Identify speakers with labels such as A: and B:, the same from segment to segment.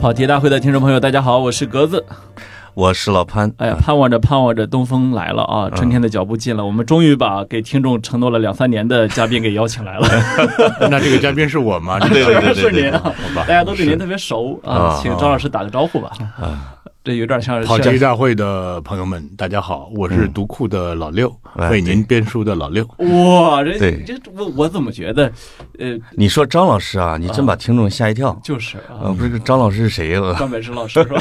A: 跑题大会的听众朋友，大家好，我是格子。
B: 我是老潘。
A: 哎呀，盼望着盼望着东风来了
B: 嗯
A: 啊，春天的脚步近了，我们终于把给听众承诺了两三年的嘉宾给邀请 来了。
C: 那这个嘉宾是我吗？
B: 对对对
A: 是
B: 对
A: 您
B: 对，
A: 啊
B: 好吧
A: 大，家都对您特别熟啊，
B: 啊
A: 请张老师打个招呼吧。这有点像是
C: 跑题大会的朋友们，大家好，我是读库的老六，
B: 哎
C: 为您编书的老六。
A: 哇，这
B: 对
A: 这我我怎么觉得，呃，
B: 你说张老师啊，你真把听众吓一跳。
A: 就是啊，
B: 呃，不是张老师是谁呀？
A: 张柏芝老师是 吧？，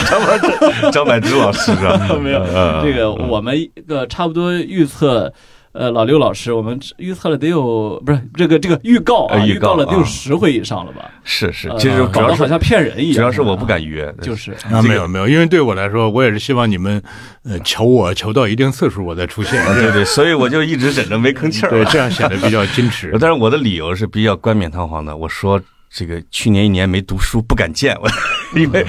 B: 张柏芝老师啊
A: 没有这个，
B: 嗯
A: 我们一个差不多预测。呃，老刘老师，我们预测了得有不是这个这个预告啊，
B: 呃
A: 预
B: 预告
A: 告了得有
B: 啊
A: 十回以上了吧？
B: 是是
A: 呃，
B: 其实主
A: 搞
B: 要
A: 得好
B: 是
A: 像骗人一样，
B: 主要是我不敢约，
A: 就是
C: 啊，
B: 这个
C: 没有没有，因为对我来说，我也是希望你们，呃，求我求到一定次数我再出现，
B: 啊，对对，所以我就一直忍着没吭气
C: 对，
B: 儿。。
C: 这样显得比较矜持
B: 但是 我的理由是比较冠冕堂皇的，我说这个去年一年没读书不敢见，我因
A: 嗯
B: 为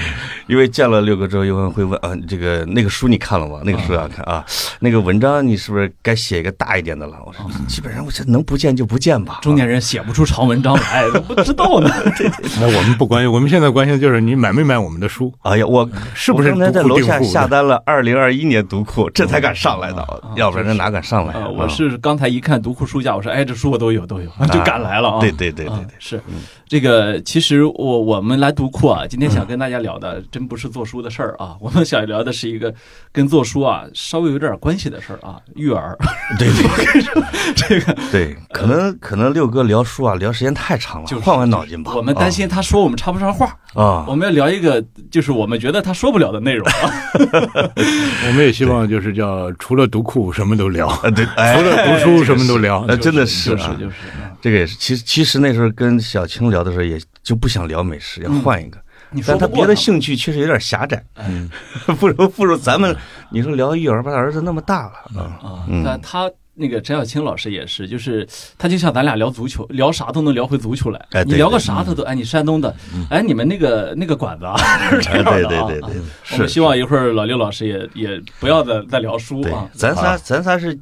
B: 因为见了六个之后，有人会问啊，这个那个书你看了吗？那个书要看
A: 嗯
B: 啊，那个文章你是不是该写一个大一点的了？我说基本上我这能不见就不见吧。
A: 嗯中年人写不出长文章 来，怎么不知道呢？
C: 那哎我们不关心，我们现在关心的就是你买没买我们的书，
B: 哎 呀，我
C: 是不是
B: 我刚才在
C: 读库
B: 楼
C: 订
B: 下
C: 户
B: 下单了二零二一年读库，这才敢上来的哦
A: 啊，
B: 要不然这哪敢上来啊
A: 呃，？我是刚才一看读库书架，我说哎，这书我都有都有， 就赶来了啊。
B: 对对对对
A: 啊
B: 对，嗯
A: 是这个。其实我我们来读库啊，今天
B: 嗯
A: 想跟大家聊的，真不是做书的事儿啊，我 们想聊的是一个跟做书啊稍微有点关系的事儿啊，育儿。
B: 对对
A: 这个
B: 对，可能可能六哥聊书啊，聊时间太长了，
A: 就是
B: 换换脑筋吧。
A: 我们担心他说我们插不上话，
B: 啊，
A: 我们要聊一个就是我们觉得他说不了的内容啊。
C: 我们也希望就是叫除了读库什么都聊，
B: 啊对，哎
C: 除了读书什么都 聊。
B: 哎真的
A: 是
B: 是
A: 就
B: 啊
A: 就是啊
B: 这个也是，其实其实那时候跟小青聊的时候，也就不想聊美食，要换一个。
A: 嗯你说
B: 但
A: 不
B: 他
A: 过嗯
B: 别
A: 们
B: 的兴趣确实有点狭窄， 不如不如咱们，你说聊育儿吧，儿子那么大了啊，
A: 啊，但他那个陈小青老师也是，就是他就像咱俩聊足球，聊啥都能聊回足球来。
B: 哎对嗯
A: 你聊个啥他都哎，你山东的，哎，你们那个那个馆子啊， 是 这
B: 哎
A: 样的啊。
B: 对对对对，
A: 我们
B: 是
A: 希望一会儿老刘老师也也不要再再聊书
B: 对
A: 啊，，
B: 咱仨嗯咱仨是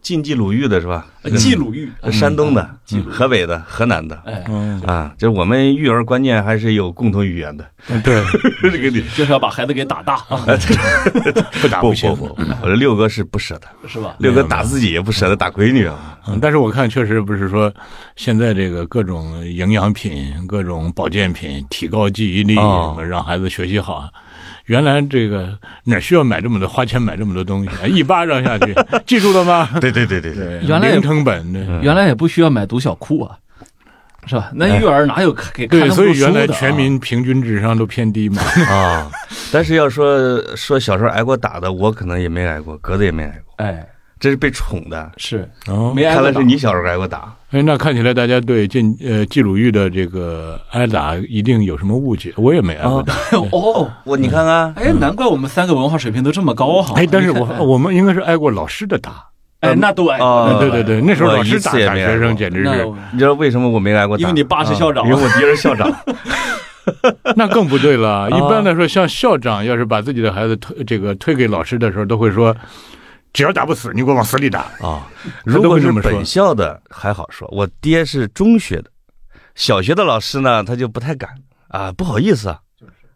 B: 晋冀鲁豫的是吧？
A: 呃记鲁豫， 啊
B: 山东的
A: 记录、
B: 河北的、河南的
A: 哎，
C: 嗯，
B: 啊，就是我们育儿观念还是有共同语言的。
C: 对，
B: 这个你
A: 就是要把孩子给打大啊，
B: 哎
C: 不打
B: 不
C: 行
B: 不。不，
A: 嗯
B: 我这六哥是不舍得，
A: 是吧？
B: 六哥打自己也不舍得打闺 女啊。
C: 嗯，但是我看确实不是说，现在这个各种营养品、各种保健品、提高记忆力，
B: 哦
C: 什么让孩子学习好啊。原来这个哪需要买这么多，花钱买这么多东西啊，一巴掌下去，记住了吗？
B: 对对对对对，
C: 对，
A: 原来也嗯
C: 零成本对
B: 嗯
A: 原来也不需要买读小库啊，是吧？那育儿哪有
B: 哎
A: 给看
C: 对，
A: 那么
C: 所
A: 多
C: 以
A: 书
C: 原来
A: 的啊？
C: 全民平均智商都偏低嘛。
B: 啊，但是要说说小时候挨过打的，我可能也没挨过，格子也没挨过，
A: 哎
B: 这是被宠的。
A: 是
C: 哦，
A: 没挨
B: 嗯看
A: 过
B: 来
A: 打
B: 是你小时候挨过打，
C: 哎，那看起来大家对进呃季鲁豫的这个挨打一定有什么误解，我也没挨过打。
A: 哦。
B: 我你看看，
A: 哎，难怪我们三个文化水平都这么高啊哈！
C: 哎，但是
A: 你看
C: 我我们应该是挨过老师的打。
A: 哎，那都哎，
B: 哦
C: 嗯对对对，那时候
B: 我
C: 老
B: 一
C: 师
B: 次
C: 打
B: 也
C: 打
B: 没挨
C: 学
B: 过
C: 生简直
A: 那
C: 是。
A: 我
B: 你知道为什么我没挨过打？
A: 因为你爸是校长
B: 啊因为我爹是 校长。
C: 那更不对了。
B: 哦
C: 一般来说，像校长要是把自己的孩子推这个推给老师的时候，都会说，只要打不死，你给我往死里打。
B: 啊，
C: 他
B: 如
C: 都
B: 果
C: 会
B: 是
C: 这么说
B: 本校的还好说，我爹是中学的，小学的老师呢，他就不太敢啊，不好意思啊，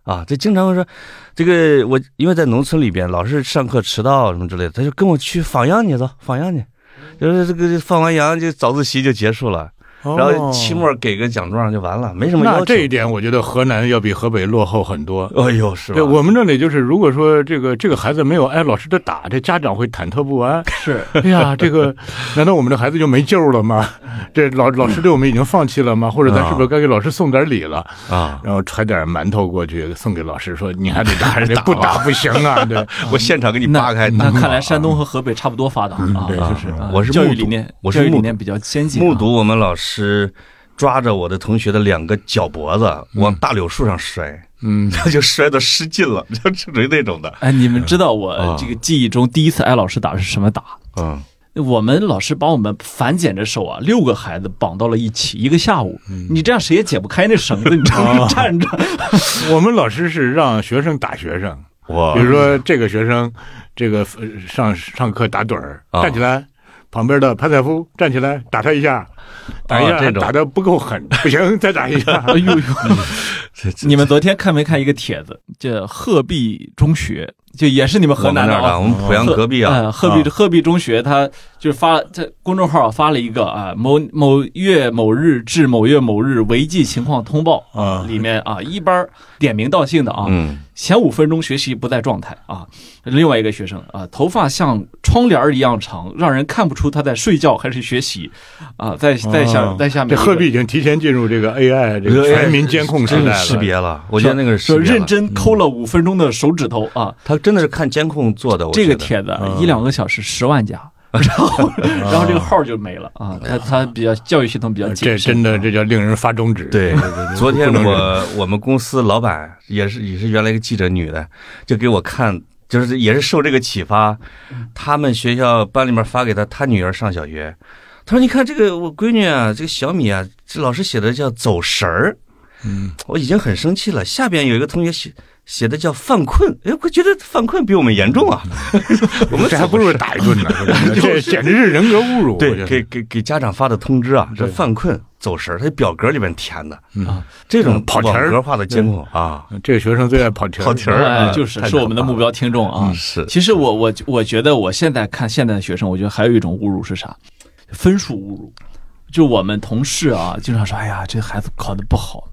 B: 啊，这经常会说，这个我因为在农村里边，老是上课迟到什么之类的，他就跟我去放羊去，走放羊去，就是这个放完羊就早自习就结束了，然后期末给个奖状就完了，没什么要
C: 哦那
B: 求。
C: 这一点，我觉得河南要比河北落后很多。
B: 哎呦，是吧？
C: 对我们这里就是，如果说这个这个孩子没有挨哎老师的打，这家长会忐忑 不安。
A: 是
C: 哎呀，这个难道我们的孩子就没救了吗？这老老师对我们已经放弃
B: 哦
C: 了吗？或者咱是不是该给老师送点礼了？
B: 啊，
C: 然后揣点馒头过去送给老师，说你还得打，还得不打不行 啊！对，
B: 我现场给你扒
A: 那
B: 开，
A: 那
B: 你
A: 看来山东和河北差不多发达啊，
C: 对
A: 就是
C: 是
A: 啊
B: 嗯我是
A: 教育
B: 目
A: 理
B: 睹
A: 念，
B: 我是
A: 教育
B: 目
A: 理
B: 睹
A: 念比较先进啊，
B: 目睹我们老师抓着我的同学的两个脚脖子往大柳树上摔，
C: 嗯，
B: 他就摔得失禁了，就属于那种的。
A: 哎，你们知道我
B: 啊
A: 这个记忆中第一次挨老师打是什么打？
B: 嗯，
A: 我们老师把我们反剪着手啊，六个孩子绑到了一起，一个下午，
B: 嗯
A: 你这样谁也解不开那绳子，你知道
B: 啊
A: 吗？ 站 着，
C: 我们老师是让学生打学生，
B: 我哦
C: 比如说这个学生，这个呃上上课打盹儿，
B: 啊
C: 站起来，旁边的潘采夫站起来打他一下，打一下、
B: 啊这种
C: 打的不够 狠，不行，再打一下。哎 呦，
A: 你们昨天看没看一个帖子？这鹤壁中学，就也是你们河
B: 我们
A: 南
B: 那
A: 的啊
B: 儿的，我们濮阳隔壁啊，
A: 呃鹤壁鹤壁中学，他就是发在公众号发了一个啊，某某月某日至某月某日违纪情况通报
C: 啊
A: 里面啊，一班儿点名道姓的啊，
B: 嗯，
A: 前五分钟学习不在状态啊。另外一个学生啊，头发像窗帘儿一样长，让人看不出他在睡觉还是学习啊。在在下
C: 哦
A: 在下面一
C: 这
A: 个，
C: 鹤壁已经提前进入这个 AI 这个嗯全民监控时
B: 真
C: 代
B: 是识
C: 了。
B: 别了，我觉得那个是识
A: 说
B: 别了嗯
A: 认，真抠了五分钟的手指头啊，
B: 他真的是看监控做的，我
A: 这
B: 觉
A: 个
B: 得
A: 帖子啊
C: 嗯
A: 一两个小时十万 加，然后 然
B: 嗯
A: 后这个号就没了啊。他他比较教育系统比较
C: 这
A: 谨慎，
C: 真的这叫令人发中指。
B: 对，昨天
C: 不能
B: 我我们公司老板也是也是原来一个记者女的，就给我看，就是也是受这个启发，他们学校班里面发给她，她女儿上小学，她说你看这个我闺女啊，这个小米啊，这老师写的叫走神儿，
C: 嗯，
B: 我已经很生气了。下边有一个同学写写的叫犯困，哎，我觉得犯困比我们严重啊，我们
C: 这还不如打一顿 呢，这简直是人格侮辱。我觉
B: 对，
C: 得
B: 给给给家长发的通知啊，这
C: 对
B: 犯困走神儿，他表格里面填的
C: 嗯
B: 啊，这种
C: 跑题
B: 网
C: 儿
B: 格化的监控啊，
C: 这个学生最爱跑题儿
B: 跑题儿
A: 哎
B: 啊，
A: 就是
B: 太
A: 是
B: 可
A: 我们的
B: 怕
A: 目
B: 了
A: 标听众啊
B: 嗯。是
A: 其实我我我觉得我现在看现在的学生，我觉得还有一种侮辱是啥？分数侮辱。就我们同事啊，经常说：“哎呀，这孩子考的不好，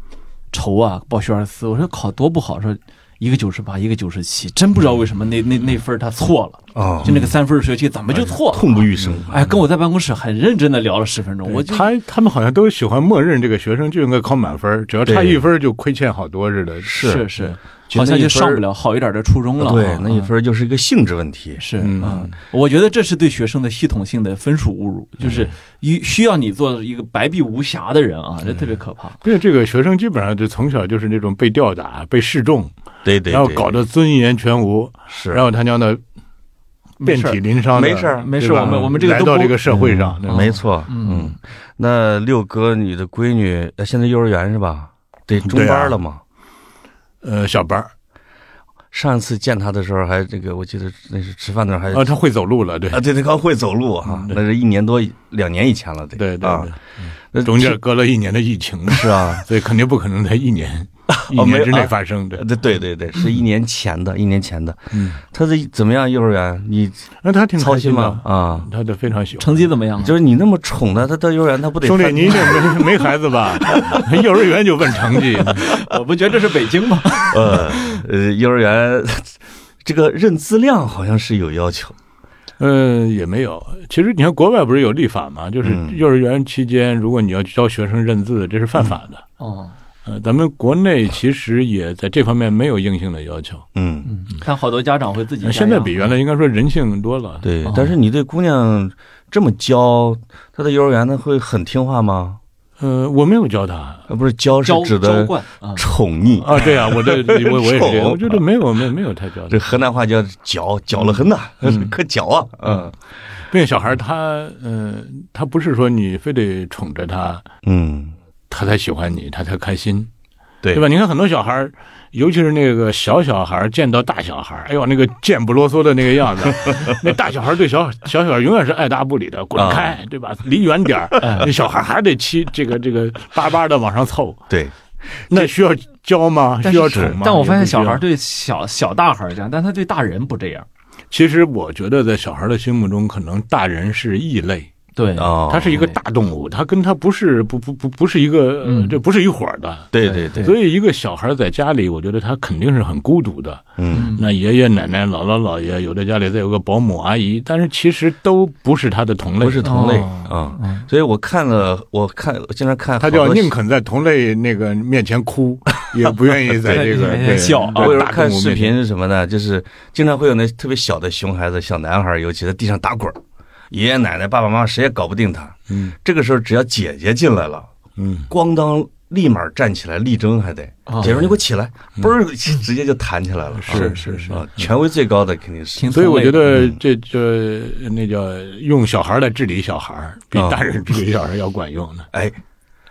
A: 愁啊，报学而思。”我说考多不好，说一个九十八，一个九十七，真不知道为什么那那那分儿他错了，
C: 嗯
B: 哦
A: 就，那个三分儿学期怎么就错了？
B: 哎痛不欲生。
A: 哎，跟我在办公室很认真的聊了十分钟，我就
C: 他他们好像都喜欢默认这个学生就应该考满分儿，只要差
B: 对
C: 一分儿就亏欠好多似的。
A: 是
B: 是，嗯
A: 是，
B: 觉
A: 好像
B: 得那
A: 就
B: 一分
A: 上
B: 儿呃
A: 不了好一点的初中了啊。
B: 对，那一
A: 啊
B: 分儿就是一个性质问题。
A: 是
C: 嗯
A: 啊，我觉得这是对学生的系统性的分数侮辱，
B: 嗯
A: 就是一需要你做一个白璧无瑕的人啊，
B: 嗯
A: 这特别可怕。
C: 因为这个学生基本上就从小就是那种被吊打、被示众，
B: 对对，
C: 然后
B: 对
C: 搞得尊严全无，
B: 是，
C: 然后他娘的遍体鳞伤的。
B: 没事儿
A: 没事
C: 对吧
A: 我们我们这个
C: 来
A: 都
C: 到
A: 不
C: 这个社会上，对吧
B: 没错，
A: 嗯
B: 嗯。那六哥，你的闺女呃现在幼儿园是吧？对，中
C: 对啊
B: 班了嘛。
C: 呃，小白儿
B: 上次见她的时候还这个，我记得那是吃饭的时候还
C: 啊，他会走路了，对
B: 啊，对，他刚会走路啊，
C: 嗯对
B: 那是一年多两年以前了，得
C: 对对
B: 啊
C: 对，，
B: 那
C: 中间
B: 挺
C: 隔了一年的疫情，
B: 是啊，
C: 所以肯定不可能在一年一
B: 哦没
C: 年之内
B: 啊
C: 发生。对，
B: 对对对对，是一年前的，一年前的。
C: 嗯，
B: 他这怎么样？幼儿园你
C: 那他挺
B: 操
C: 开
B: 心
C: 心
B: 吗
C: 的，？
B: 啊，
C: 他都非常喜欢。
A: 成绩怎么样啊？
B: 就是你那么宠他，他到幼儿园他不得
C: 兄弟，
B: 翻
C: 你这没 没孩子 吧？幼儿园就问成绩，
A: 我不觉得这是北京吗？
B: 呃呃，幼儿园这个认字量好像是有要求，
C: 呃，也没有。其实你看，国外不是有立法吗？就是
B: 嗯
C: 幼儿园期间，如果你要教学生认字，这是犯法的。
B: 嗯
A: 哦，
C: 呃，咱们国内其实也在这方面没有硬性的要求，
B: 嗯，
A: 嗯，但好多家长会自己
C: 呃
A: 加
C: 现在
A: 压
C: 比原来应该说人性多了。
B: 对
A: 哦。
B: 但是你对姑娘这么教，她在幼儿园她会很听话吗？
C: 呃，我没有教他。
B: 呃，不是教是
A: 娇
B: 指
A: 娇
B: 的
A: 惯啊，
B: 宠溺，
C: 啊，对啊，我这我我也是这样，
B: 丑
C: 我觉得没有没有没有太教
B: 这
C: 他，
B: 河南话叫搅，搅了很呐，
C: 嗯
B: 可搅啊，嗯
C: 并且小孩他呃，他不是说你非得宠着他，
B: 嗯，
C: 他才喜欢你，他才开心，
B: 对
C: 对吧？你看很多小孩儿，尤其是那个小小孩儿见到大小孩儿，哎呦，那个贱不啰嗦的那个样子，那大小孩儿对小小小孩儿永远是爱答不理的，滚开，对吧？离远点儿，那小孩儿还得欺这个这个巴巴的往上凑，
B: 对，
C: 那需要教吗？
A: 但
C: 需要
A: 是
C: 宠吗？
A: 但我发现
C: 也不需要
A: 小孩对小小大孩这样，但他对大人不这样。
C: 其实我觉得在小孩儿的心目中，可能大人是异类，
A: 对，
B: 哦，
C: 嗯他是一个大动物，他跟他不是不不不不是一个，
A: 嗯
C: 这不是一伙儿的。
B: 对对对，
C: 所以，一个小孩儿在家里，我觉得他肯定是很孤独的。
B: 嗯，
C: 那爷爷奶奶、姥姥姥爷，有的家里再有个保姆阿姨，但是其实都不是他的同类，
B: 不是同类
A: 哦
B: 啊
A: 嗯。
B: 所以我看了，我看我经常看好
C: 他
B: 多
C: 叫宁肯在同类那个面前 哭，也不愿意在 这个
A: 对
C: 对
A: 笑啊
B: 我有时
C: 大
B: 候看
C: 动物
B: 视
C: 面前
B: 频是什么呢？就是经常会有那特别小的熊孩子、小男孩，尤其在地上打滚儿，爷爷奶奶、爸爸妈妈谁也搞不定他。
C: 嗯
B: 这个时候只要姐姐进来了，
C: 嗯，
B: 咣当立马站起来力争，还得
A: 哦
B: 姐说你给我起来，嘣儿直接就弹起来了。
C: 嗯是
B: 啊
C: 是是
B: 啊，权威最高的嗯肯定是
A: 挺
C: 所以我觉
A: 同类的
C: 得这这那叫用小孩来治理小孩儿，比
B: 啊
C: 大人治理小孩要管用呢。
B: 哎，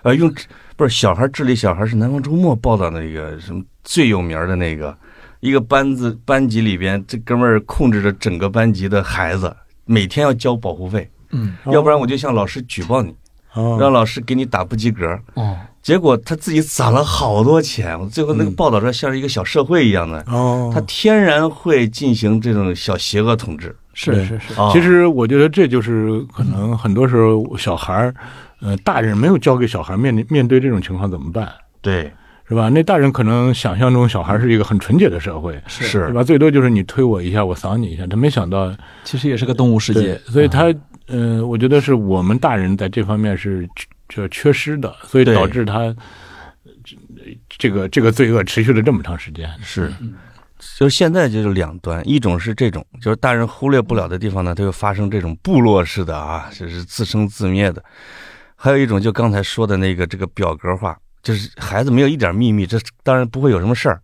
B: 呃，用不是小孩治理小孩是南方周末报道那个什么最有名的那个，一个班子班级里边，这哥们儿控制着整个班级的孩子，每天要交保护费，
A: 嗯，
B: 要不然我就向老师举报你，
C: 哦，
B: 让老师给你打不及格。
A: 哦，
B: 结果他自己攒了好多钱，最后那个报道说像是一个小社会一样的，
C: 嗯哦
B: 他天然会进行这种小邪恶统治。
A: 是
C: 对
A: 是是，
B: 啊
C: 其实我觉得这就是可能很多时候小孩儿，呃，大人没有教给小孩面临面对这种情况怎么办，
B: 对，
C: 是吧？那大人可能想象中小孩是一个很纯洁的社会，
A: 是
B: 是
C: 对吧？最多就是你推我一下，我搡你一下，他没想到，
A: 其实也是个动物世
C: 对
A: 界，，
C: 所以他，呃，我觉得是我们大人在这方面是缺就缺失的，所以
B: 对
C: 导致他呃这个这个罪恶持续了这么长时间。
A: 嗯
B: 是，就是现在就是两端，一种是这种，就是大人忽略不了的地方呢，它就发生这种部落式的啊，就是自生自灭的；还有一种就刚才说的那个这个表格化，就是孩子没有一点秘密，这当然不会有什么事儿。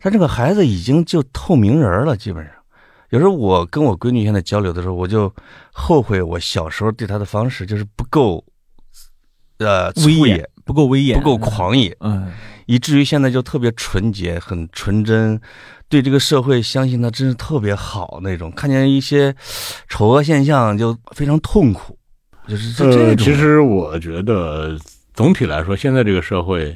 B: 但这个孩子已经就透明人儿了，基本上。有时候我跟我闺女现在交流的时候，我就后悔我小时候对她的方式就是不够，呃，粗
A: 威
B: 野
A: 严，不够威严，
B: 不够，狂野。
A: 嗯，
B: 以至于现在就特别纯洁、很纯真，对这个社会相信的真是特别好那种。看见一些丑恶现象就非常痛苦，就是这这种。
C: 呃，其实我觉得总体来说，现在这个社会，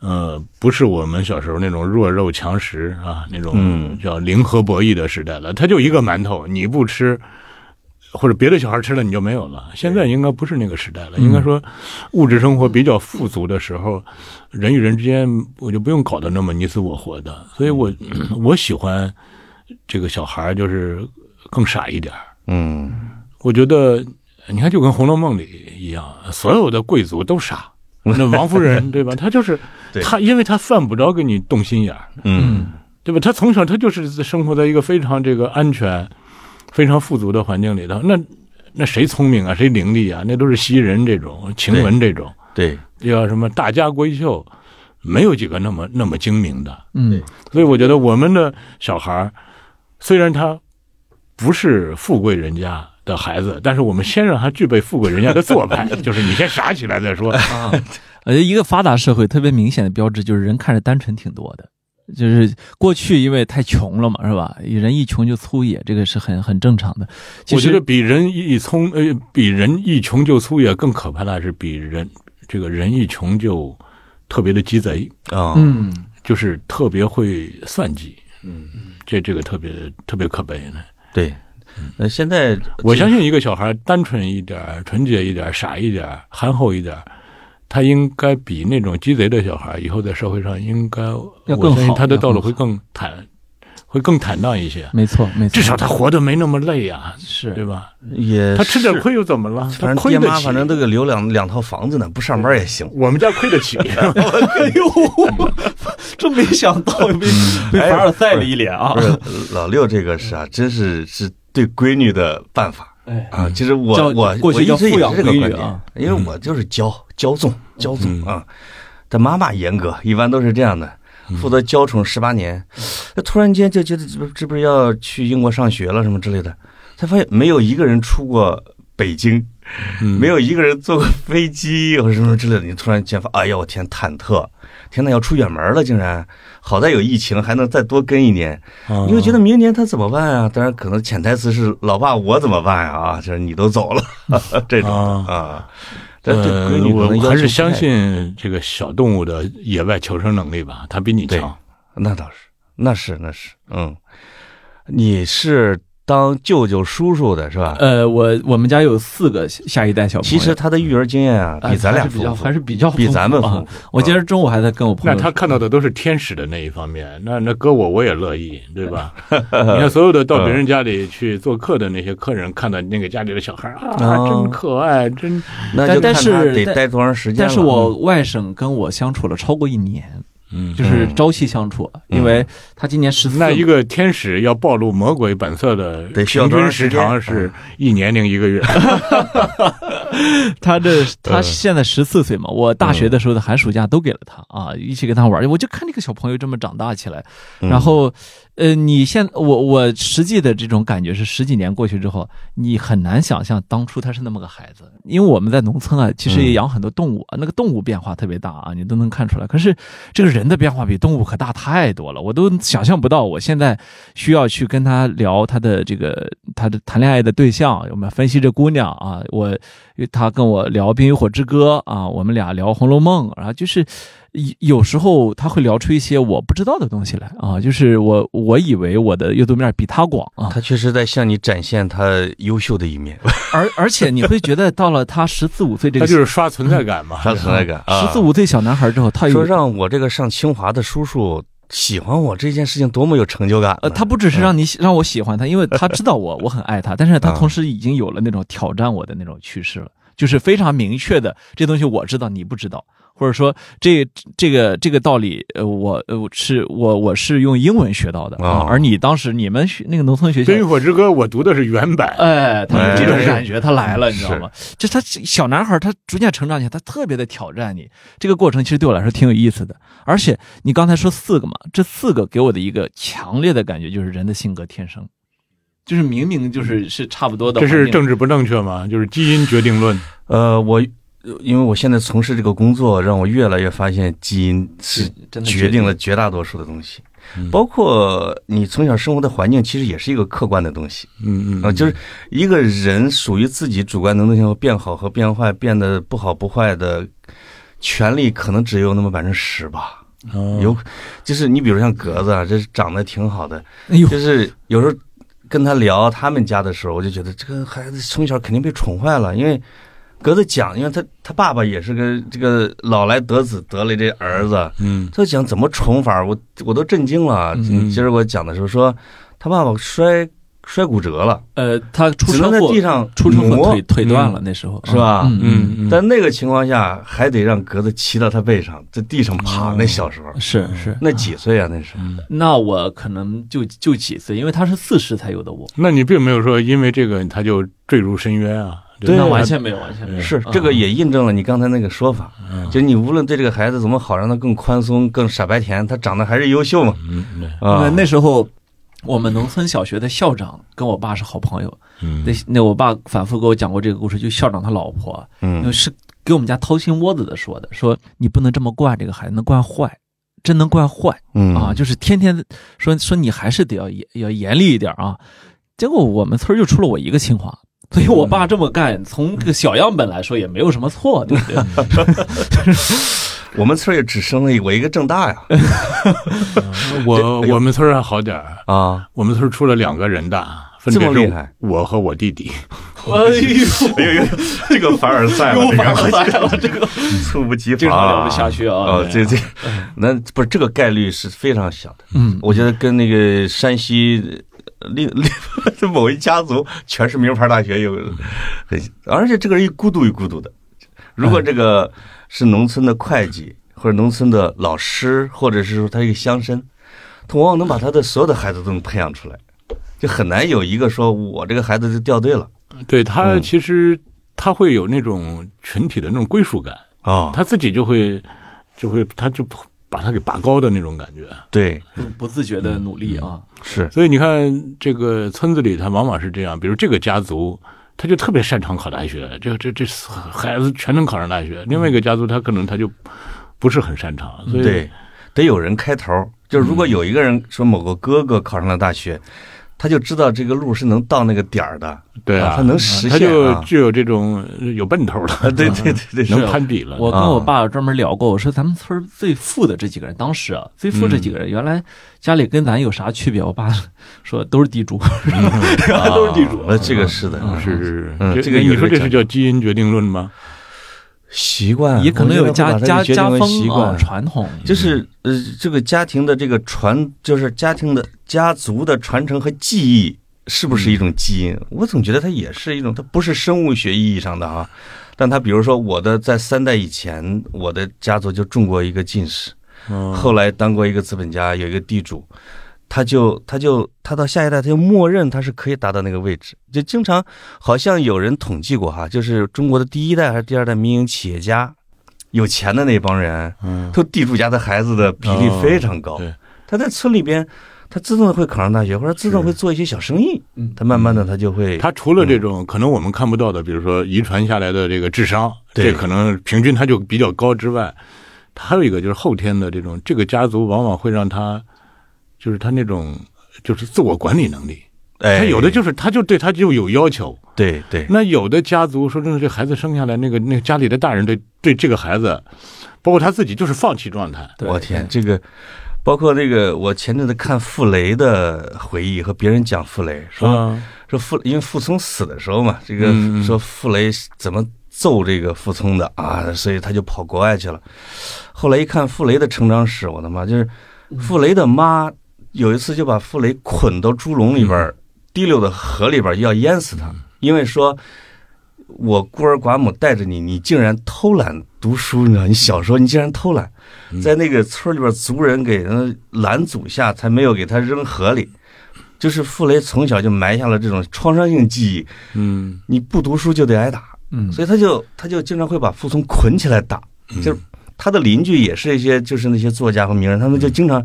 C: 呃，不是我们小时候那种弱肉强食啊，那种
B: 嗯
C: 叫零和博弈的时代了。它就一个馒头，你不吃。或者别的小孩吃了你就没有了。现在应该不是那个时代
B: 嗯
C: 了，应该说物质生活比较富足的时候，人与人之间我就不用搞得那么你死我活的。所以我
B: 嗯
C: 我喜欢这个小孩儿就是更傻一点儿，
B: 嗯，
C: 我觉得你看，就跟《红楼梦》里一样，所有的贵族 都傻。那王夫人对吧？她就是
B: 对
C: 她，因为她犯不着跟你动心眼儿，
B: 嗯
C: 对吧？她从小她就是生活在一个非常这个安全、非常富足的环境里头。那那谁聪明啊？谁伶俐啊？那都是袭人这种、晴雯这种，
B: 对，
C: 叫什么大家闺秀，没有几个那么那么精明的。
A: 嗯，
C: 所以我觉得我们的小孩儿，虽然他不是富贵人家的孩子，但是我们先让他具备富贵人家的 做派，就是你先傻起来再说。
A: 我呃觉得一个发达社会特别明显的标志就是人看着单纯挺多的，就是过去因为太穷了嘛，是吧？人一穷就粗野，这个是很很正常的。 其
C: 我觉得
A: 实
C: 比人一聪，呃，比人一穷就粗野更可怕的是比人这个人一穷就特别的鸡贼，
B: 啊、
A: 嗯，
C: 就是特别会算计。嗯，这这个特别特别可悲呢。
B: 对。
A: 嗯
B: 那现在
C: 我
B: 这
C: 相信一个小孩单纯一点儿、纯洁一点儿、傻一点儿、憨厚一点儿，他应该比那种鸡贼的小孩以后在社会上应该
A: 要更好
C: 我相信他的道路会更坦，会更坦荡一些。
A: 没错没错，
C: 至少他活得没那么累呀、对
A: 是
C: 吧？
B: 也
C: 他吃点
B: 是，
C: 亏又怎么了？他
B: 反正
C: 亏
B: 爹
C: 得
B: 妈
C: 起。
B: 反正都给留两两套房子呢，不上班也行。
C: 我们家亏 得 起，
A: 哎呦，真没想到 被被
B: 哎
A: 凡尔赛了一脸啊
B: 不！是老六这个是啊，真是是对闺女的办法。
A: 哎
B: 啊，其实 我
A: 叫
B: 我
A: 过去
B: 我一
A: 叫
B: 直也
A: 富养
B: 是这个
A: 闺
B: 观
A: 女
B: 点，
A: 啊嗯
B: 因为我就是骄骄纵骄纵啊。但妈妈严格，一般都是这样的，
A: 嗯
B: 负责娇宠十八年，那突然间就觉得这不这不是要去英国上学了什么之类的，才发现没有一个人出过北京，
A: 嗯
B: 没 有一个人坐过飞机或者什么之类的，你突然间发，哎呀，我天，忐忑，天呐，要出远门了，竟然，好在有疫情，还能再多跟一年，
A: 嗯
B: 你会觉得明年他怎么办啊？当然，可能潜台词是老爸我怎么办呀？啊，就是你都走了 这种
C: 啊
B: 啊。但对闺
C: 呃，
B: 女可能要求
C: 我还是相
B: 不太
C: 信这个小动物的野外求生能力吧，它比你
B: 对
C: 强。
B: 那倒是，那是那是，嗯，你是当舅舅叔叔的是吧？
A: 呃，我我们家有四个下一代小朋
B: 啊其
A: 友，
B: 实他的育儿经验啊，
A: 呃
B: 比咱俩
A: 还是比
B: 丰
A: 较
B: 富
A: 还，是比较
B: 比
A: 丰
B: 咱们
A: 富啊
B: 丰富。
A: 我今儿中午还在跟我朋
C: 那
A: 友
C: 他看到的都是天使的那一方面， 那那搁我我也乐意，对吧？你看所有的到别人家里去做客的那些客人，看到那个家里的小孩儿啊，
B: 哦
C: 真可爱，真
B: 那
A: 但
B: 就看
A: 但是
B: 他得
A: 但
B: 待多长时间
A: 但
B: 了。
A: 是我外甥跟我相处了超过一年，
C: 嗯。
A: 就是朝夕相处，因为
B: 嗯
A: 他今年十四，
C: 那一个天使要暴露魔鬼本色的
B: 得需要
C: 平
B: 多
C: 均
B: 长
C: 时
B: 时间嗯
C: 长是一年零一 个月，
A: 他这他现在十四岁嘛，我大学的时候的寒暑假都给了他啊，一起跟他玩儿，我就看这个小朋友这么长大起来，
B: 嗯
A: 然后呃，你现我我实际的这种感觉是，十几年过去之后，你很难想象当初他是那么个孩子，因为我们在农村啊，其实也养很多动物，啊，那个动物变化特别大啊，你都能看出来。可是这个人的变化比动物可大太多了，我都想象不到。我现在需要去跟他聊他的这个他的谈恋爱的对象，我们分析这姑娘啊，我他跟我聊《冰与火之歌》啊，我们俩聊《红楼梦》，然后就是。有有时候他会聊出一些我不知道的东西来啊，就是我我以为我的阅读面比他广啊，
B: 他确实在向你展现他优秀的 一面，
A: 而而且你会觉得到了他十四五岁这
C: 他
A: 个
C: 就是刷存在感 嘛。
B: 他存在感啊。
A: 十四五岁小男孩之后，他
B: 说
A: 有
B: 让我这个上清华的叔叔喜欢我这件事情多么有成就感。
A: 呃，他不只是让你喜让我喜欢他，因为他知道我我很爱他，但是他同时已经有了那种挑战我的那种趋势了，就是非常明确的这东西我知道你不知道，或者说这这个这个道理，呃，我呃我是我我是用英文学到的啊
B: 哦，
A: 而你当时你们学那个农村学
C: 《
A: 校
C: 冰与火之歌》我读的是原 版，
A: 哎，他有这种
B: 哎
A: 感觉，他来了，你知道吗？就他小男孩，他逐渐成长起来，他特别的挑战你。这个过程其实对我来说挺有意思的。而且你刚才说四个嘛，这四个给我的一个强烈的感觉就是人的性格天生，就是明明
B: 嗯
A: 就是是差不多的
C: 这
A: 环境，
C: 是政治不正确吗？就是基因决定论。
B: 呃，我因为我现在从事这个工作，让我越来越发现基因是
A: 真的嗯
B: 决定了绝大多数的东西，包括你从小生活的环境，其实也是一个客观的东西
C: 嗯
B: 啊、就是一个人属于自己主观能动性变好和变坏，变得不好不坏的权利，可能只有那么百分之十吧。
C: 嗯
B: 有，就是你比如像格子啊，这长得挺好的，
A: 哎 呦，
B: 就是有时候跟他聊他们家的时候，我就觉得这个孩子从小肯定被宠坏了，因为格子讲，因为他他爸爸也是个这个老来得子得了这儿子，
C: 嗯
B: 他就讲怎么宠法，我我都震惊了。
A: 嗯
B: 今今儿给我讲的时候说，他爸爸摔摔骨折了，
A: 呃，他出
B: 只能
A: 车
B: 在
A: 祸
B: 地，上
A: 出车祸
B: 挪
A: 腿腿断了，那时候
B: 是吧
A: 嗯嗯，
C: 嗯
B: 但那个情况下还得让格子骑到他背上，在地上爬。那小时候，
A: 是是。
B: 嗯那几岁啊？那是。
C: 嗯
A: 那我可能就就几岁，因为他是四十才有的我，
C: 那你并没有说因为这个他就坠入深渊啊？
B: 对
A: 那
B: 啊
A: 完全没有，完全没有。
B: 是
A: 嗯
B: 这个也印证了你刚才那个说法，
C: 嗯
B: 就你无论对这个孩子怎么好，让他更宽松、更傻白甜，他长得还是优秀嘛
C: 嗯，对
B: 啊
A: 那。那时候，我们农村小学的校长跟我爸是好朋友。
C: 嗯
A: 那那我爸反复给我讲过这个故事，就校长他老婆，因为
B: 嗯
A: 是给我们家掏心窝子的说的，说你不能这么惯这个孩子，能惯坏，真能惯坏
B: 嗯
A: 啊！就是天天说说你还是得要严要严厉一点啊。结果我们村儿就出了我一个清华。所以，我爸这么干，从这个小样本来说也没有什么错，对 不对？
B: 我们村儿也只生了我一个 正大呀
C: 我我们村儿还好点儿，
B: 啊！
C: 我们村儿出了两个人大，分
B: 这么
C: 别
B: 厉
C: 是
B: 害
C: 我和我弟弟。
A: 哎
B: 哎呦，这个凡尔赛
A: 呦， 又
B: 了，这
A: 反
B: 个
A: 过来了，这个
B: 猝不及防，
A: 经常聊不下去啊
B: 哦，
A: 对
B: 这这，
A: 哎
B: 那不是这个概率是非常小的。
A: 嗯，
B: 我觉得跟那个山西呃另另 某一家族全是名牌大学有很，而且这个人一孤独一孤独的。如果这个是农村的会计或者农村的老师，或者是说他一个乡绅，他往往能把他的所有的孩子都能培养出来，就很难有一个说我这个孩子就掉队了
C: 对他
B: 嗯
C: 其实他会有那种群体的那种归属感，
B: 啊。
C: 他自己就会就会他就把他给拔高的那种感觉。
B: 对，
A: 不不自觉的努力啊，
B: 是
C: 所以你看，这个村子里他往往是这样，比如这个家族。他就特别擅长考大学，这这这孩子全能考上大学。另外一个家族，他可能他就不是很擅长，所以
B: 对，嗯得有人开头儿。就如果有一个人说某个哥哥考上了大学，他就知道这个路是能到那个点儿的。
C: 对啊
B: 啊，他能实
C: 他
B: 现
C: 就
B: 啊
C: 具有这种呃有奔头了，
B: 啊，对对对 对，
C: 能攀比了。
A: 我跟
B: 啊
A: 我爸专门聊过，我说咱们村儿最富的这几个人，当时啊，最富这几个
B: 嗯
A: 人，原来家里跟咱有啥区别？我爸说都是地 主，原来都是地主。
B: 呃，这个是的，
C: 啊是是
B: 嗯
C: 是，
B: 这个
C: 你
B: 有
C: 说
B: 这
C: 这是叫基因决定论吗？
B: 习惯，
A: 也可能有家
B: 我觉得
A: 家
B: 会把它决
A: 家
B: 定为
A: 风
B: 习
A: 啊，
B: 惯，
A: 传统。
B: 就是呃，这个家庭的这个传，就是家庭的家族的传承和记忆，是不是一种基因？我总觉得它也是一种，它不是生物学意义上的啊，但它比如说我的在三代以前，我的家族就中过一个进士，
C: 嗯
B: 后来当过一个资本家，有一个地主，他就他就他到下一代他就默认他是可以达到那个位置，就经常好像有人统计过哈，就是中国的第一代还是第二代民营企业家，有钱的那帮人，
C: 嗯
B: 都地主家的孩子的比例非常高
C: 哦对，
B: 他在村里边。他自动会考上大学，或者自动会做一些小生意
A: 嗯，
B: 他慢慢的他就会，
C: 他除了这种
B: 嗯
C: 可能我们看不到的，比如说遗传下来的这个智商，
B: 对
C: 这可能平均他就比较高之外，他还有一个就是后天的这种，这个家族往往会让他，就是他那种就是自我管理能力，
B: 哎，
C: 他有的就是他就对他就有要求。
B: 对对，
C: 那有的家族说真的，这孩子生下来那个那个家里的大人对对这个孩子，包括他自己就是放弃状态。
A: 对
B: 我天，，这个包括那个我前阵子看傅雷的回忆和别人讲傅雷说、
C: 嗯
B: 说傅，因为傅聪死的时候嘛，这个
C: 嗯嗯
B: 说傅雷怎么揍这个傅聪的啊，所以他就跑国外去了。后来一看傅雷的成长史，我的妈，就是傅雷的妈有一次就把傅雷捆到猪笼里边儿，滴溜到河里边儿要淹死他，因为说。我孤儿寡母带着你，你竟然偷懒读书，你知道？你小时候你竟然偷懒，在那个村里边族人给人拦阻下，才没有给他扔河里。就是傅雷从小就埋下了这种创伤性记忆，
C: 嗯
B: 你不读书就得挨打，
A: 嗯，
B: 所以他就他就经常会把傅聪捆起来打。就是他的邻居也是一些就是那些作家和名人，他们就经常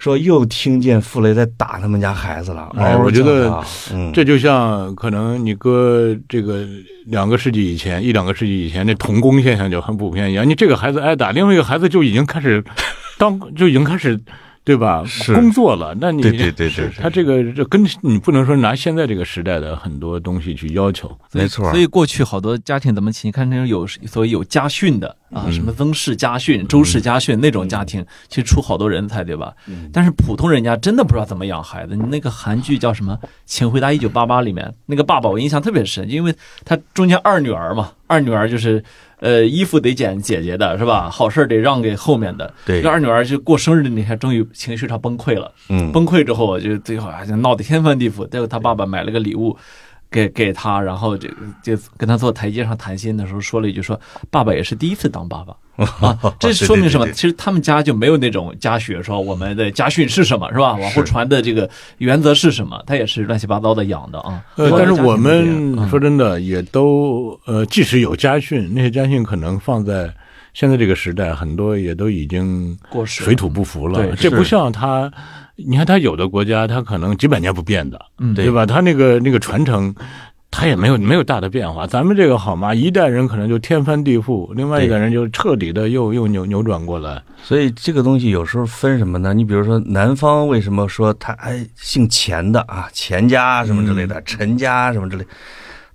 B: 说又听见傅雷在打他们家孩子了。
C: 哎
B: 嗷嗷
C: 我觉得
B: 叫他，嗯，
C: 这就像可能你搁这个两个世纪以前，一两个世纪以前那童工现象就很普遍一样。你这个孩子挨打，另外一个孩子就已经开始当就已经开始对吧
B: 是
C: 工作了，那你
B: 对对对对，
C: 他这个这跟你不能说拿现在这个时代的很多东西去要求。
A: 所以
B: 没错
A: 所以过去好多家庭怎么起？你看那种有所谓有家训的啊，
B: 嗯
A: 什么曾氏家训、周氏家训那种家庭，其实出好多人才，对吧？
B: 嗯
A: 但是普通人家真的不知道怎么养孩子。你那个韩剧叫什么《请回答一九八八》里面那个爸爸，我印象特别深，因为他中间二女儿嘛，二女儿就是。呃，衣服得捡姐姐的是吧？好事儿得让给后面的。
B: 对
A: 这二女儿就过生日那天，终于情绪上崩溃了。
B: 嗯
A: 崩溃之后，我就最后还闹得天翻地 覆。结果他爸爸买了个礼物给给他，然后就就跟他坐台阶上谈心的时候说了一句说：“爸爸也是第一次当爸爸。”
C: 哦
A: 啊，这说明什么？
B: 对对对对
A: 其实他们家就没有那种家学，说我们的家训是什么，是吧？往后传的这个原则是什么？他也是乱七八糟的养的啊。
B: 嗯
C: 呃，
A: 多
C: 但
A: 的
C: 是
A: 家庭
C: 我
A: 这样
C: 们说真的，也都呃，即使有家训，那些家训可能放在现在这个时代，很多也都已经
A: 过时了
C: 水土不服了。
A: 对
C: 这
B: 是
C: 不像他，你看他有的国家，他可能几百年不变的，
A: 嗯
C: 对吧？他那个那个传承。他也没有没有大的变化，咱们这个好吗？一代人可能就天翻地覆，另外一代人就彻底的又又扭扭转过来。
B: 所以这个东西有时候分什么呢？你比如说南方为什么说他哎姓钱的啊，钱家什么之类的，陈家什么之类，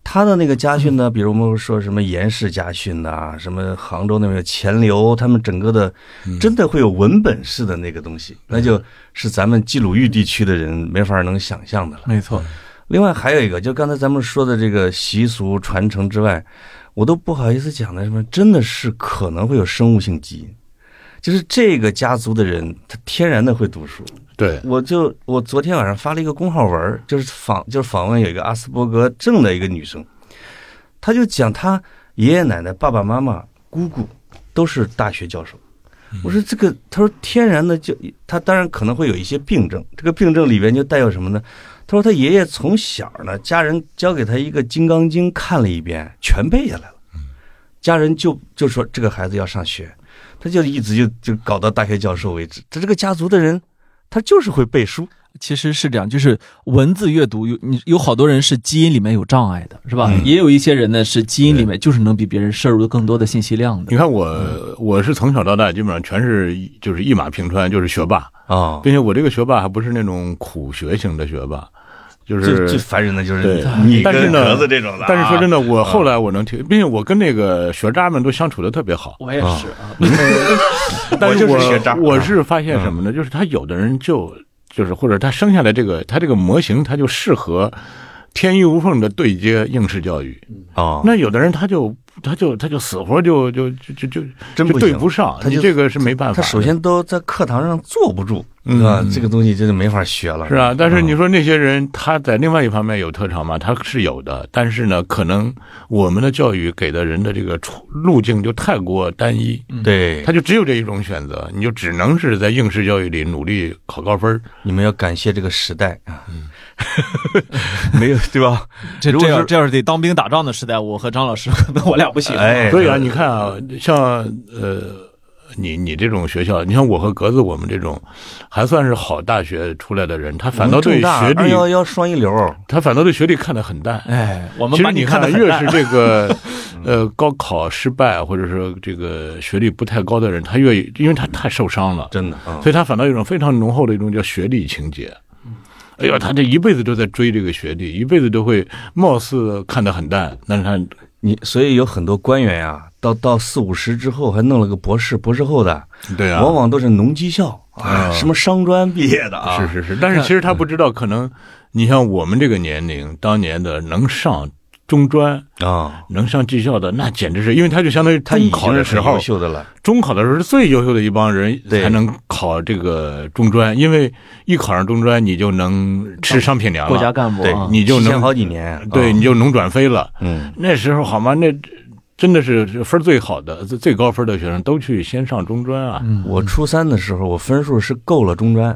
B: 他的那个家训呢，比如我们说什么严氏家训呐、什么杭州那边有钱刘，他们整个的真的会有文本式的那个东西，那就是咱们冀鲁豫地区的人没法能想象的了。
A: 没错，
B: 另外还有一个，就刚才咱们说的这个习俗传承之外，我都不好意思讲的什么，真的是可能会有生物性基因，就是这个家族的人他天然的会读书。
C: 对，
B: 我就我昨天晚上发了一个公号文儿，就是访就是访问有一个阿斯伯格症的一个女生，她就讲她爷爷奶奶、爸爸妈妈、姑姑都是大学教授。我说这个，她说天然的就她当然可能会有一些病症，这个病症里边就带有什么呢？她说她爷爷从小呢，家人教给她一个《金刚经》，看了一遍，全背下来了。家人就就说这个孩子要上学，他就一直就就搞到大学教授为止。他这个家族的人他就是会背书，
A: 其实是这样，就是文字阅读有你有好多人是基因里面有障碍的，是吧？
C: 嗯
A: 也有一些人呢是基因里面就是能比别人摄入更多的信息量的
C: 你。看我我是从小到大基本上全是一就是一马平川，就是学霸。
B: 啊，
C: 并且我这个学霸还不是那种苦学型的学霸，就
B: 最最
C: 是。
B: 烦人的就是
C: 对
B: 你
C: 但是
B: 跟
C: 呢
B: 格子这种的啊。
C: 但是说真
B: 的，
C: 的，我后来我能听，并且我跟那个学渣们都相处的特别好。
A: 我也是啊，
C: 但是
B: 我
C: 我
B: 就是学渣啊嗯
C: 我是发现什么呢？就是他有的人就就是或者他生下来这个他这个模型，他就适合天衣无缝的对接应试教育。
B: 啊，
C: 那有的人他就他就他就死活就就就就就
B: 真
C: 就
B: 不
C: 对
B: 行
C: 不上，
B: 他
C: 你
B: 就
C: 这个是没办法
B: 他
C: 的。嗯
B: 首先都在课堂上坐不住，是吧？这个东西真的没法学了，
C: 是啊，但是
B: 嗯
C: 你说那些人他在另外一方面有特长吗？他是有的，但是呢，可能我们的教育给的人的这个出路径就太过单一，
B: 对
C: 他，就只有这一种选择，你就只能是在应试教育里努力考高分儿。
B: 你们要感谢这个时代啊，
C: 嗯
B: 没有对 吧？
A: 这
B: 如果
A: 这
B: 是
A: 要这要是得当兵打 哎仗的时代，我和张老师可能我俩不行。
B: 哎，
C: 啊所以啊，你看啊，像呃你你这种学校，你像我和格子，我们这种还算是好大学出来的人，他反倒对学
B: 二
C: 历，
B: 幺幺哎双一流，
C: 他反倒对学历看得很淡。
A: 哎，我们
C: 其
A: 把
C: 实你
A: 看
C: 看
A: 的，
C: 越是这个，呃，高考失败或者说这个学历不太高的人，他越因为他太受伤了，
B: 真的啊，
C: 所以他反倒有一种非常浓厚的一种叫学历情节。
A: 嗯
C: 哎呦，他这一辈子都在追这个学历，一辈子都会貌似看得很淡，但是他
B: 你所以有很多官员呀、到到四五十之后还弄了个博士、博士后的，
C: 对啊，
B: 往往都是农技校啊，
C: 啊
B: 什么商专毕业的啊，
C: 是是是，但是其实他不知道，可能你像我们这个年龄，当年的能上中专、
B: 啊，
C: 能上技校的，那简直是因为他就相当于
B: 他已
C: 中考
B: 经是
C: 的时
B: 很优
C: 候，
B: 秀的了，
C: 中考的时候是最优秀的一帮人
B: 对
C: 才能考这个中专，因为一考上中专，你就能吃商品粮
A: 国家
C: 了，
A: 干部
B: 对
A: 啊，
C: 你就
B: 提前
C: 能
B: 好几年，
C: 对，
B: 啊
C: 你就能转飞了。
B: 嗯，
C: 那时候好吗？那真的是分儿最好的、最最高分的学生都去先上中专啊。
B: 嗯我初三的时候，我分数是够了中专。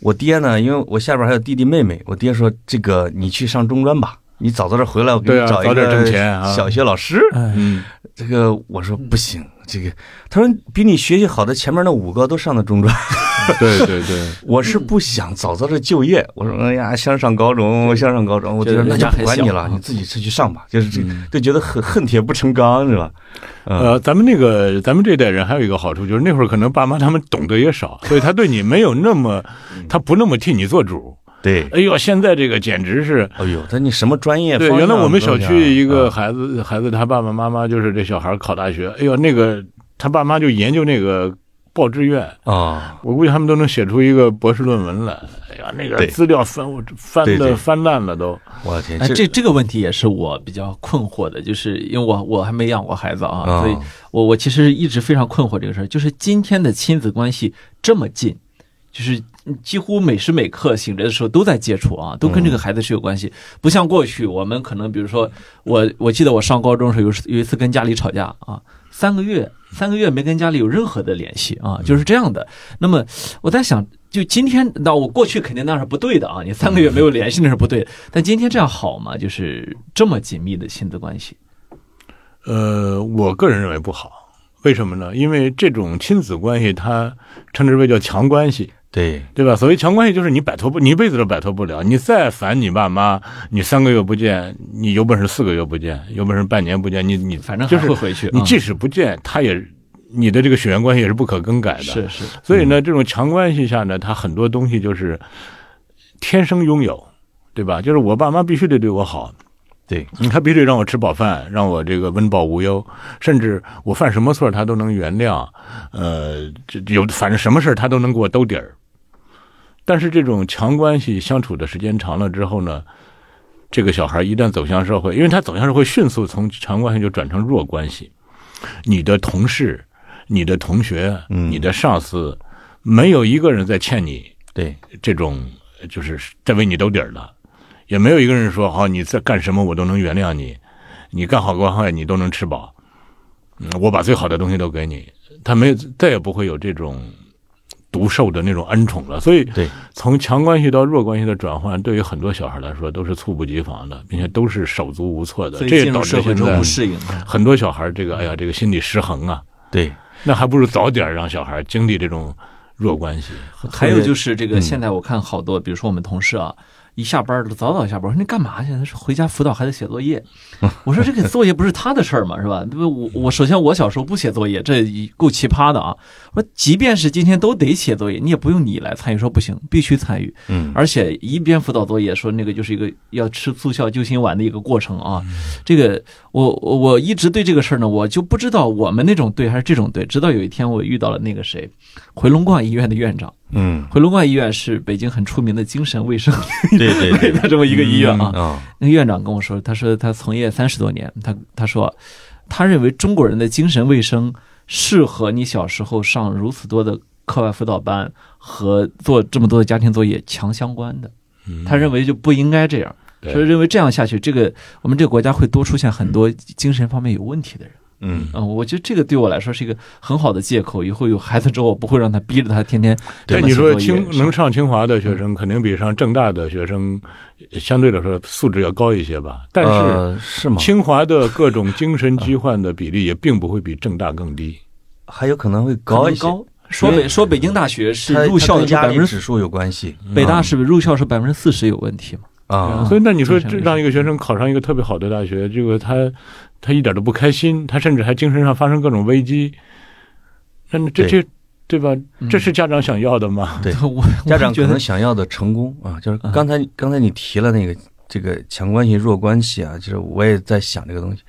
B: 我爹呢，因为我下边还有弟弟妹妹，我爹说：“这个你去上中专吧，你早早点回来，我给
C: 对
B: 你
C: 啊
B: 找一
C: 早点
B: 个
C: 挣钱啊
B: 小学老师。
A: 哎，
C: 嗯，
B: 这个我说不行，这个他说比你学习好的前面那五个都上的中专，
C: 对对对，
B: 我是不想早早的就业。我说哎呀，想上高中，想上高中，我
A: 觉
B: 觉
A: 得
B: 得那
A: 人
B: 就
A: 家
B: 不管
A: 还小
B: 你了，你自己去去上吧，就是这
C: 嗯
B: 就觉得恨恨铁不成钢是吧？嗯
C: 呃，咱们那个咱们这代人还有一个好处，就是那会儿可能爸妈他们懂得 也少，所以他对你没有那么，他不那么替你做主。
B: 对，
C: 哎呦，现在这个简直是。
B: 哎呦，但你什么专业？
C: 对，
B: 方
C: 原来
B: 向
C: 我们
B: 都
C: 小
B: 是
C: 区一个
B: 啊
C: 孩子，孩子他爸爸妈妈就是这小孩考大学，哎呦，那个他爸妈就研究那个报志愿，
B: 啊，
C: 我估计他们都能写出一个博士论文来。哎呀，那个
B: 对
C: 资料翻我翻
B: 对对
C: 的翻烂了都。
B: 啊我的天，
A: 哎，这这个问题也是我比较困惑的，就是因为我我还没养过孩子啊，
B: 啊
A: 所以我我其实一直非常困惑这个事儿，就是今天的亲子关系这么近，就是几乎每时每刻醒着的时候都在接触啊，都跟
C: 嗯
A: 这个孩子是有关系，不像过去我们可能比如说我我记得我上高中的时候有时有一次跟家里吵架啊，三个月三个月没跟家里有任何的联系啊，就是这样的。那么我在想。就今天，那我过去肯定那是不对的啊！你三个月没有联系那是不对的，但今天这样好吗？就是这么紧密的亲子关系，
C: 呃，我个人认为不好，为什么呢？因为这种亲子关系，它称之为叫强关系。
B: 对
C: 对吧？所谓强关系就是你摆脱不，你一辈子都摆脱不了。你再烦你爸妈，你三个月不见，你有本事四个月不见，有本事半年不见，你你
A: 反正
C: 就
A: 还
C: 是
A: 会回去啊。
C: 你即使不见，他也你的这个血缘关系也是不可更改的。，
A: 是嗯是，
C: 所以呢，这种强关系下呢，他很多东西就是天生拥有，对吧？就是我爸妈必须得对我好，
B: 对，
C: 嗯他必须得让我吃饱饭，让我这个温饱无忧，甚至我犯什么错儿他都能原谅，呃，这有反正什么事儿他都能给我兜底儿。但是这种强关系相处的时间长了之后呢，这个小孩一旦走向社会，因为他走向社会迅速从强关系就转成弱关系，你的同事、你的同学、
B: 嗯
C: 你的上司，没有一个人在欠你
B: 对，
C: 这种呃就是在为你兜底儿的，也没有一个人说好、哦你在干什么我都能原谅你，你干好干坏你都能吃饱，嗯，我把最好的东西都给你，他没有再也不会有这种独受的那种恩宠了。所以，
B: 对，
C: 从强关系到弱关系的转换，对于很多小孩来说都是猝不及防的，并且都是手足无措的。
A: 所以
C: 这
A: 进
C: 也导
A: 入
C: 致
A: 社会
C: 现
A: 之后
C: 在
A: 不适应。
C: 很多小孩这个哎呀这个心理失衡啊，
B: 对，
C: 那还不如早点让小孩经历这种弱关系。
A: 还有就是这
C: 嗯
A: 个，现在我看好多，比如说我们同事啊，一下班儿早早下班儿，我说你干嘛去？他说回家辅导孩子写作 业。我说这个作业不是他的事儿嘛，是吧？ 对吧我我首先我小时候不写作业，这一够奇葩的啊。我说即便是今天都得写作业，你也不用你来参与，说不行，必须参与。
B: 嗯，
A: 而且一边辅导作业，说那个就是一个要吃速效救心丸的一个过程啊。这个我我我一直对这个事儿呢，我就不知道我们那种对还是这种对，直到有一天我遇到了那个谁，回龙观医院的院长。
B: 嗯，
A: 回龙观医院是北京很出名的精神卫生
B: 对对 对，
A: 的这么一个医院啊。
B: 啊，
A: 那个院长跟我说，他说他从业三十多年，他他说他认为中国人的精神卫生适合你小时候上如此多的课外辅导班和做这么多的家庭作业强相关的。他认为就不应该这样，
C: 嗯对
A: 所以认为这样下去，这个我们这个国家会多出现很多精神方面有问题的人。
B: 嗯，
A: 嗯，我觉得这个对我来说是一个很好的借口。以后有孩子之后，我不会让他逼着他天天
C: 对，
A: 这么
C: 你
A: 写
C: 说
A: 作业
C: 清能上清华的学生，肯定比上正大的学生呃相对来说素质要高一些吧。但是
B: 呃是吗？
C: 清华的各种精神疾患的比例也并不会比正大更低。
B: 还有可能会
A: 可
B: 高
A: 能
B: 一些。
A: 高。说
B: 因为
A: 北说北京大学是
B: 它
A: 入校的
B: 它跟
A: 是
B: 压
A: 百
B: 力
A: 分之
B: 指数有关系。
A: 北大是不是入校是百分之四十有问题嘛？
B: 啊，
C: 所以那你说
A: 这是
C: 这让一个学生考上一个特别好的大学，这个他他一点都不开心，他甚至还精神上发生各种危机，那你这
B: 对
C: 这对吧？
A: 嗯
C: 这是家长想要的吗？
B: 对
A: 我我
B: 家长
A: 觉
B: 可能
A: 得
B: 想要的成功啊，就是
A: 嗯
B: 刚才、刚才你提了那个这个强关系弱关系啊，就是我也在想这个东西。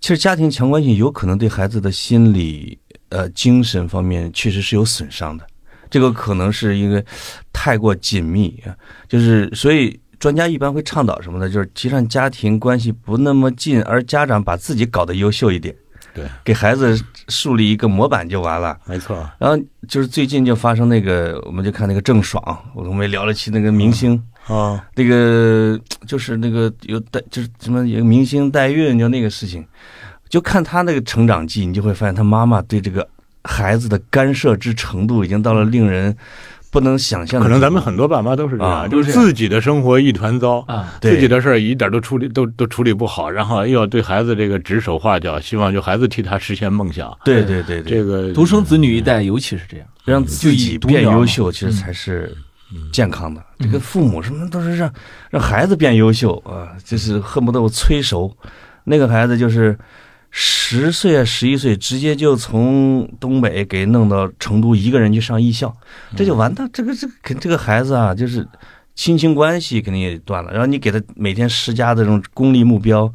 B: 其实家庭强关系有可能对孩子的心理呃精神方面确实是有损伤的，这个可能是因为太过紧密啊，就是所以。专家一般会倡导什么呢？就是提倡家庭关系不那么近，而家长把自己搞得优秀一点，
C: 对，
B: 给孩子树立一个模板就完了。
C: 没错，
B: 然后就是最近就发生那个，我们就看那个郑爽，我们也聊了期那个明星，
C: 啊，
B: 那个就是那个有代就是什么有明星代孕，就那个事情，就看他那个成长记，你就会发现他妈妈对这个孩子的干涉之程度已经到了令人不能想象的
C: 可
B: 地步。
C: 能咱们很多爸妈都是这样，
B: 啊
C: 就是自己的生活一团糟。
A: 啊，
B: 对
C: 自己的事儿一点都处理都都处理不好，然后又要对孩子这个指手画脚，希望就孩子替他实现梦想。
B: 对对对对，
C: 这个
A: 独生子女一代尤其是这样，
B: 让自己
C: 啊
B: 变优秀，其
A: 嘛
C: 嗯
B: 实才是健康的。这个父母什么都是让让孩子变优秀啊，就是恨不得我催熟。那个孩子就是十岁啊，十一岁，直接就从东北给弄到成都，一个人去上艺校，这就完蛋。这个这个肯这个孩子啊，就是亲情关系肯定也断了。然后你给他每天施加的这种功利目标，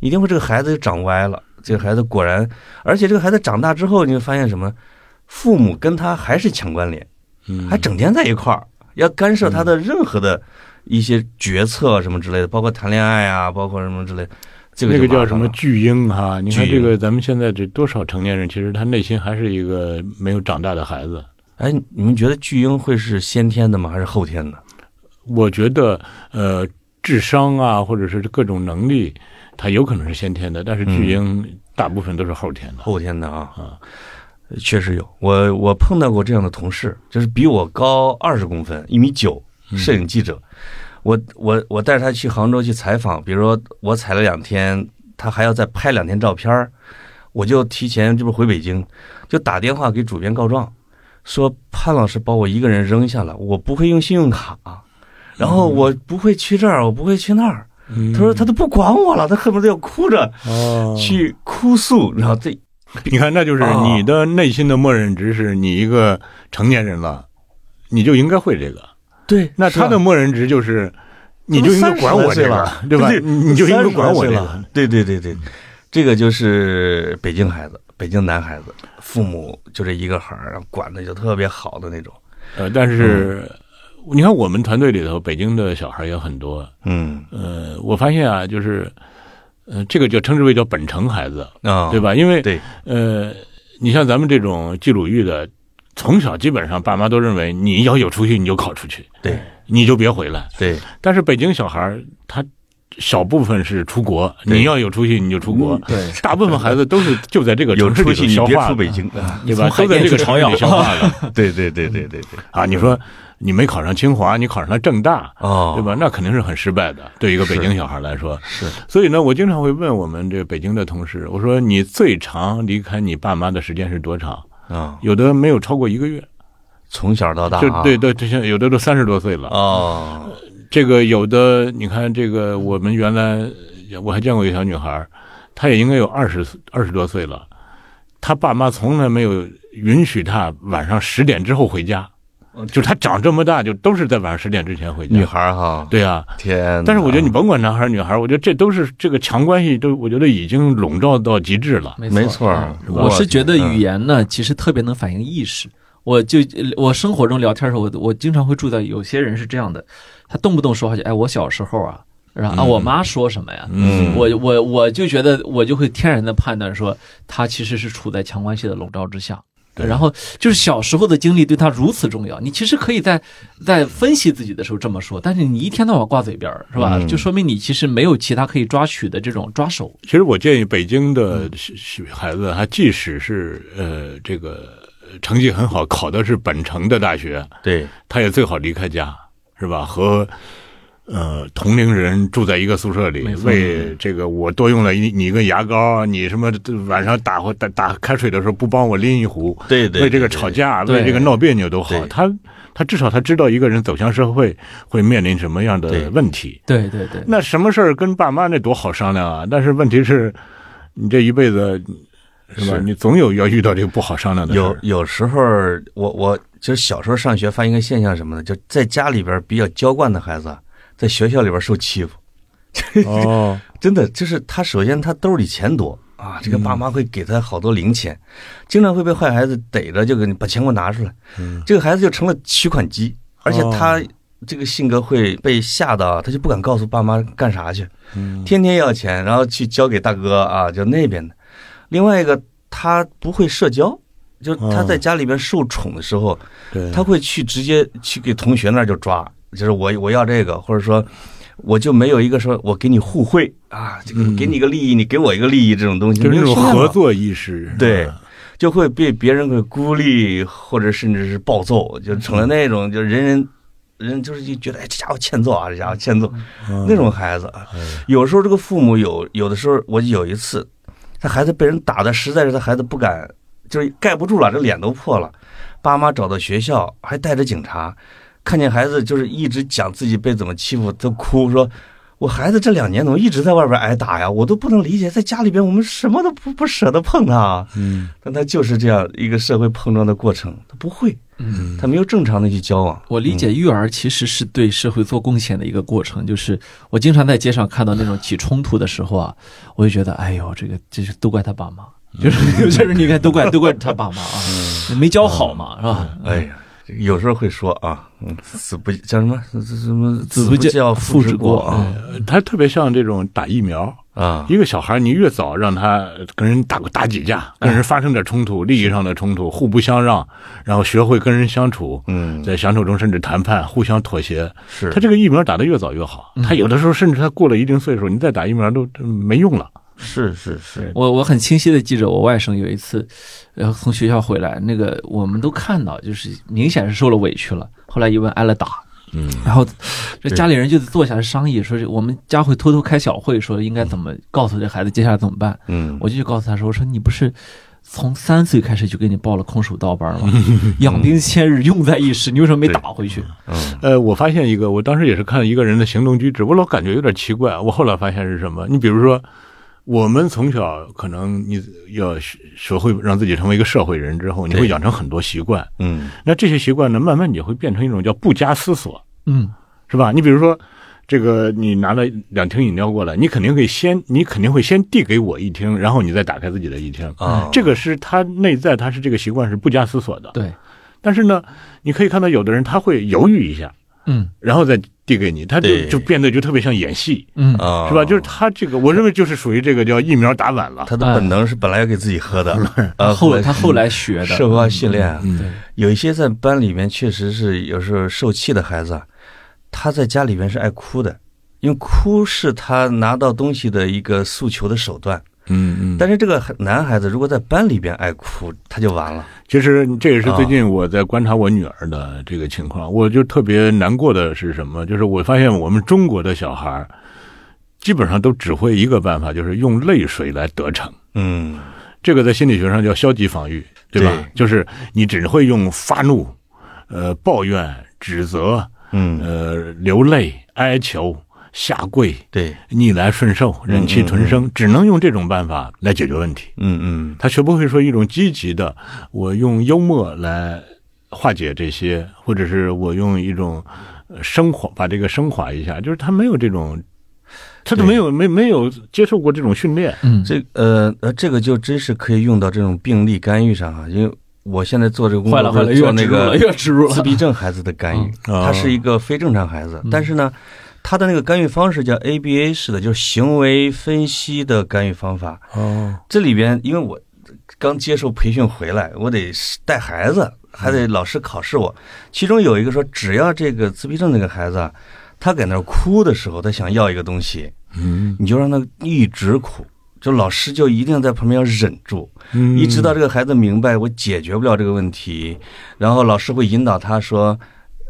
B: 一定会这个孩子就长歪了。这个孩子果然，而且这个孩子长大之后，你会发现什么？父母跟他还是强关联，
C: 嗯
B: 还整天在一块儿，要干涉他的任何的一些决策什么之类的，包括谈恋爱啊，包括什么之类的。这个
C: 那
B: 就
C: 个
B: 麻
C: 叫
B: 烦
C: 什么
B: 了
C: 巨婴哈、你看
B: 巨
C: 这
B: 婴
C: 个，咱们现在这多少成年人，其实他内心还是一个没有长大的孩子。
B: 哎，你们觉得巨婴会是先天的吗？还是后天的？
C: 我觉得，呃，智商啊，或者是各种能力，他有可能是先天的，但是
B: 嗯
C: 巨婴大部分都是后天的。
B: 后天的啊，
C: 啊
B: 确实有。我我碰到过这样的同事，就是比我高二十公分，一米九，
C: 嗯
B: 摄影记者。我我我带着他去杭州去采访，比如说我采了两天，他还要再拍两天照片儿我就提前这不是回北京，就打电话给主编告状，说潘老师把我一个人扔下了，我不会用信用卡，然后我不会去这儿，我不会去那儿。
C: 嗯
B: 他说他都不管我了，他恨不得要哭着
C: 哦，
B: 去哭诉，然后这
C: 你看，那就是
B: 哦
C: 你的内心的默认值是你一个成年人了，你就应该会这个。
B: 对，
C: 那
B: 是吧
C: 他的默认值就是，你就应该管我这个，对吧？
B: 对
C: 你你就应该管我这个。
B: 了。对对对对，这个就是北京孩子，北京男孩子，父母就这一个孩儿，管的就特别好的那种。
C: 呃，但是、
B: 嗯
C: 你看我们团队里头，北京的小孩也很多。
B: 嗯
C: 呃，我发现啊，就是，呃，这个就称之为叫本城孩子，
B: 啊，
C: 对？吧？因为
B: 对，
C: 呃，你像咱们这种记鲁豫的，从小基本上爸妈都认为你要有出息你就考出去，
B: 对
C: 你就别回来。
B: 对
C: 但是北京小孩儿他小部分是出国，
B: 对嗯
C: 你要有出息你就出国。
A: 对，
C: 大部分孩子都是就在这个
B: 有
C: 城市
B: 出
C: 里
B: 息
C: 头
B: 你
C: 消
B: 别
C: 化
B: 出
C: 的，
B: 北京啊！
C: 对吧？
A: 从海
C: 都在
A: 淀
C: 这个
A: 去
C: 城
A: 朝
C: 市
A: 阳
C: 里消化了
B: 对对对对对对
C: 啊！你说你没考上清华，你考上了正大，
B: 哦，
C: 对吧？那肯定是很失败的，对于一个北京小孩来说。
B: 是
C: 所以呢，我经常会问我们这个北京的同事，我说你最长离开你爸妈的时间是多长？
B: 啊，
C: 有的没有超过一个月，
B: 从小到大
C: 就
B: 啊
C: 对对，这些有的都三十多岁了。
B: 哦，
C: 这个有的，你看这个，我们原来我还见过一个小女孩儿，她也应该有二十二十多岁了，她爸妈从来没有允许她晚上十点之后回家，就是她长这么大就都是在晚上十点之前回家。
B: 女孩儿哈，
C: 对啊，
B: 天哪，
C: 但是我觉得你甭管男孩儿女孩儿，我觉得这都是这个强关系都，我觉得已经笼罩到极致了。
B: 没错儿
A: 嗯我是觉得
B: 嗯
A: 语言呢，其实特别能反映意识。我就呃我生活中聊天的时候，我我经常会注意到有些人是这样的，他动不动说话就哎，我小时候啊，然后啊，我妈说什么呀？
B: 嗯
A: 我我我就觉得我就会天然的判断说，他其实是处在强关系的笼罩之下。
C: 对
A: 然后就是小时候的经历对他如此重要，你其实可以在在分析自己的时候这么说，但是你一天到晚挂嘴边儿，是吧？
B: 嗯
A: 就说明你其实没有其他可以抓取的这种抓手。
C: 其实我建议北京的学学孩子，他即使是呃这个呃成绩很好，考的是本城的大学，
B: 对
C: 他也最好离开家，是吧？和呃同龄人住在一个宿舍里
A: 没，错
C: 为这个我多用了一你一个牙膏，你什么晚上打火打打开水的时候不帮我拎一壶，
B: 对对，
C: 为这个
B: 对
C: 吵，架，
A: 对
C: 为这个闹别扭都好
B: 对，
C: 他他至少他知道一个人走向社会会面临什么样
B: 对
C: 的问题。
A: 对对对，
C: 那什么事儿跟爸妈那多好商量啊！但是问题是，你这一辈子是吧？
B: 是
C: 你总有要遇到这个不好商量的
B: 对
C: 事
B: 有
C: 儿。
B: 有时候我我就是小时候上学发现一个现象什么呢？就在家里边比较娇惯的孩子啊，在学校里边受欺负，
C: 哦，
B: 真的就是他首先他兜里钱多啊，这个爸妈会给他好多零钱，经常会被坏孩子逮着就给你把钱给我拿出来，这个孩子就成了取款机，而且他这个性格会被吓到，他就不敢告诉爸妈干啥去，
C: 嗯
B: 天天要钱，然后去交给大哥啊，就那边的。另外一个他不会社交，就是他在家里边受宠的时候，
C: 对
B: 他会去直接去给同学那儿就抓，就是我我要这个，或者说我就没有一个说我给你互惠啊，这个给你一个利益，你给我一个利益这种东西，
C: 嗯就是那种
B: 没有商量
C: 合
B: 嘛，
C: 作意识。
B: 啊对
C: 嗯，
B: 就会被别人给孤立，或者甚至是暴揍，就成了那种就人人。人就是就觉得哎，这家伙欠揍啊，这家伙欠揍，
C: 嗯
B: 那种孩子啊，有时候这个父母有有的时候，我有一次，他孩子被人打的，实在是他孩子不敢，就是盖不住了，这脸都破了。爸妈找到学校，还带着警察，看见孩子就是一直讲自己被怎么欺负，都哭说：“我孩子这两年怎么一直在外边挨打呀？我都不能理解，在家里边我们什么都不不舍得碰他啊。”嗯，但他就是这样一个社会碰撞的过程，他不会，
A: 嗯，
B: 他没有正常的去交往。
A: 我理解育儿其实是对社会做贡献的一个过程，就是我经常在街上看到那种起冲突的时候啊，我就觉得，哎呦，这个这是都怪他爸妈，就是有些人你看都怪都怪他爸妈啊，没教好嘛，是吧？
B: 哎呀，这个有时候会说啊，嗯，子不叫什么子子什么
A: 子
B: 不
A: 不教
B: 父
A: 父之哎
B: 过
A: 过
B: 啊
C: 呃他特别像这种打疫苗。
B: 啊，
C: 一个小孩，你越早让他跟人打过打几架，跟
B: 嗯
C: 人发生点冲突，利益上的冲突，互不相让，然后学会跟人相处，
B: 嗯，
C: 在相处中甚至谈判，互相妥协，
B: 是嗯
C: 他这个疫苗打得越早越好。他有的时候甚至他过了一定岁数，你再打疫苗都都没用了。
B: 是是是，
A: 我我很清晰的记着，我外甥有一次，然后从学校回来，那个我们都看到，就是明显是受了委屈了。后来一问挨了打，
B: 嗯，
A: 然后这家里人就坐下来商议，说是我们家会偷偷开小会，说应该怎么告诉这孩子接下来怎么办。
B: 嗯，
A: 我就去告诉他说，我说你不是。从三岁开始就给你报了空手道班 吗？养兵千日，用在一时，你为什么没打回去？
B: 嗯
C: 呃，我发现一个，我当时也是看一个人的行动举止，我老感觉有点奇怪。我后来发现是什么？你比如说，我们从小可能你要学学会让自己成为一个社会人之后，你会
B: 对
C: 养成很多习惯。
B: 嗯
C: 那这些习惯呢，慢慢你会变成一种叫不加思索，
A: 嗯，
C: 是吧？你比如说。这个你拿了两听饮料过来，你肯定可以先， 你肯定会先递给我一听，然后你再打开自己的一听。
B: 啊，
C: 这个是他内在，他是这个习惯是不加思索的。
A: 对，
C: 但是呢，你可以看到有的人他会犹豫一下，
A: 嗯
C: 然后再递给你，他就
B: 对
C: 就变得就特别像演戏，
A: 嗯，
B: 啊
C: 是吧？就是他这个，我认为就是属于这个叫疫苗打晚了。
B: 他的本能是本来要给自己喝的，啊，
A: 后来哎
B: 来
A: 他后来学的，嗯
B: 社会化训练啊，
C: 嗯
A: 对
B: 有一些在班里面确实是有时候受气的孩子啊，他在家里面是爱哭的，因为哭是他拿到东西的一个诉求的手段。
C: 嗯嗯
B: 但是这个男孩子如果在班里边爱哭，他就完了。
C: 其实这也是最近我在观察我女儿的这个情况，哦我就特别难过的是什么？就是我发现我们中国的小孩儿基本上都只会一个办法，就是用泪水来得逞。
B: 嗯，
C: 这个在心理学上叫消极防御，对吧？就是你只会用发怒、呃抱怨、指责、
B: 嗯，
C: 呃流泪、哀求、下跪、
B: 对，
C: 逆来顺受、忍气吞声，只能用这种办法来解决问题。
B: 嗯嗯，
C: 他学不会说一种积极的，我用幽默来化解这些，或者是我用一种呃升华，把这个升华一下，就是他没有这种，他都
B: 对
C: 没有没没有接受过这种训练。
A: 嗯，
B: 这呃呃，这个就真是可以用到这种病例干预上啊，因为我现在做这个工
A: 坏了
B: 作不
A: 坏了，
B: 是做
A: 又
B: 那
A: 植入
B: 个
A: 了，又植入了，嗯
B: 自闭症孩子的干预，
C: 嗯
B: 他是一个非正常孩子，但是呢，他的那个干预方式叫 ABA 式的，就是行为分析的干预方法。
C: 哦，
B: 这里边因为我刚接受培训回来，我得带孩子，还得老师考试我。其中有一个说，只要这个自闭症那个孩子啊，他在那儿哭的时候，他想要一个东西，
C: 嗯，
B: 你就让他一直哭。就老师就一定在旁边要忍住，
C: 嗯
B: 一直到这个孩子明白我解决不了这个问题，然后老师会引导他说：“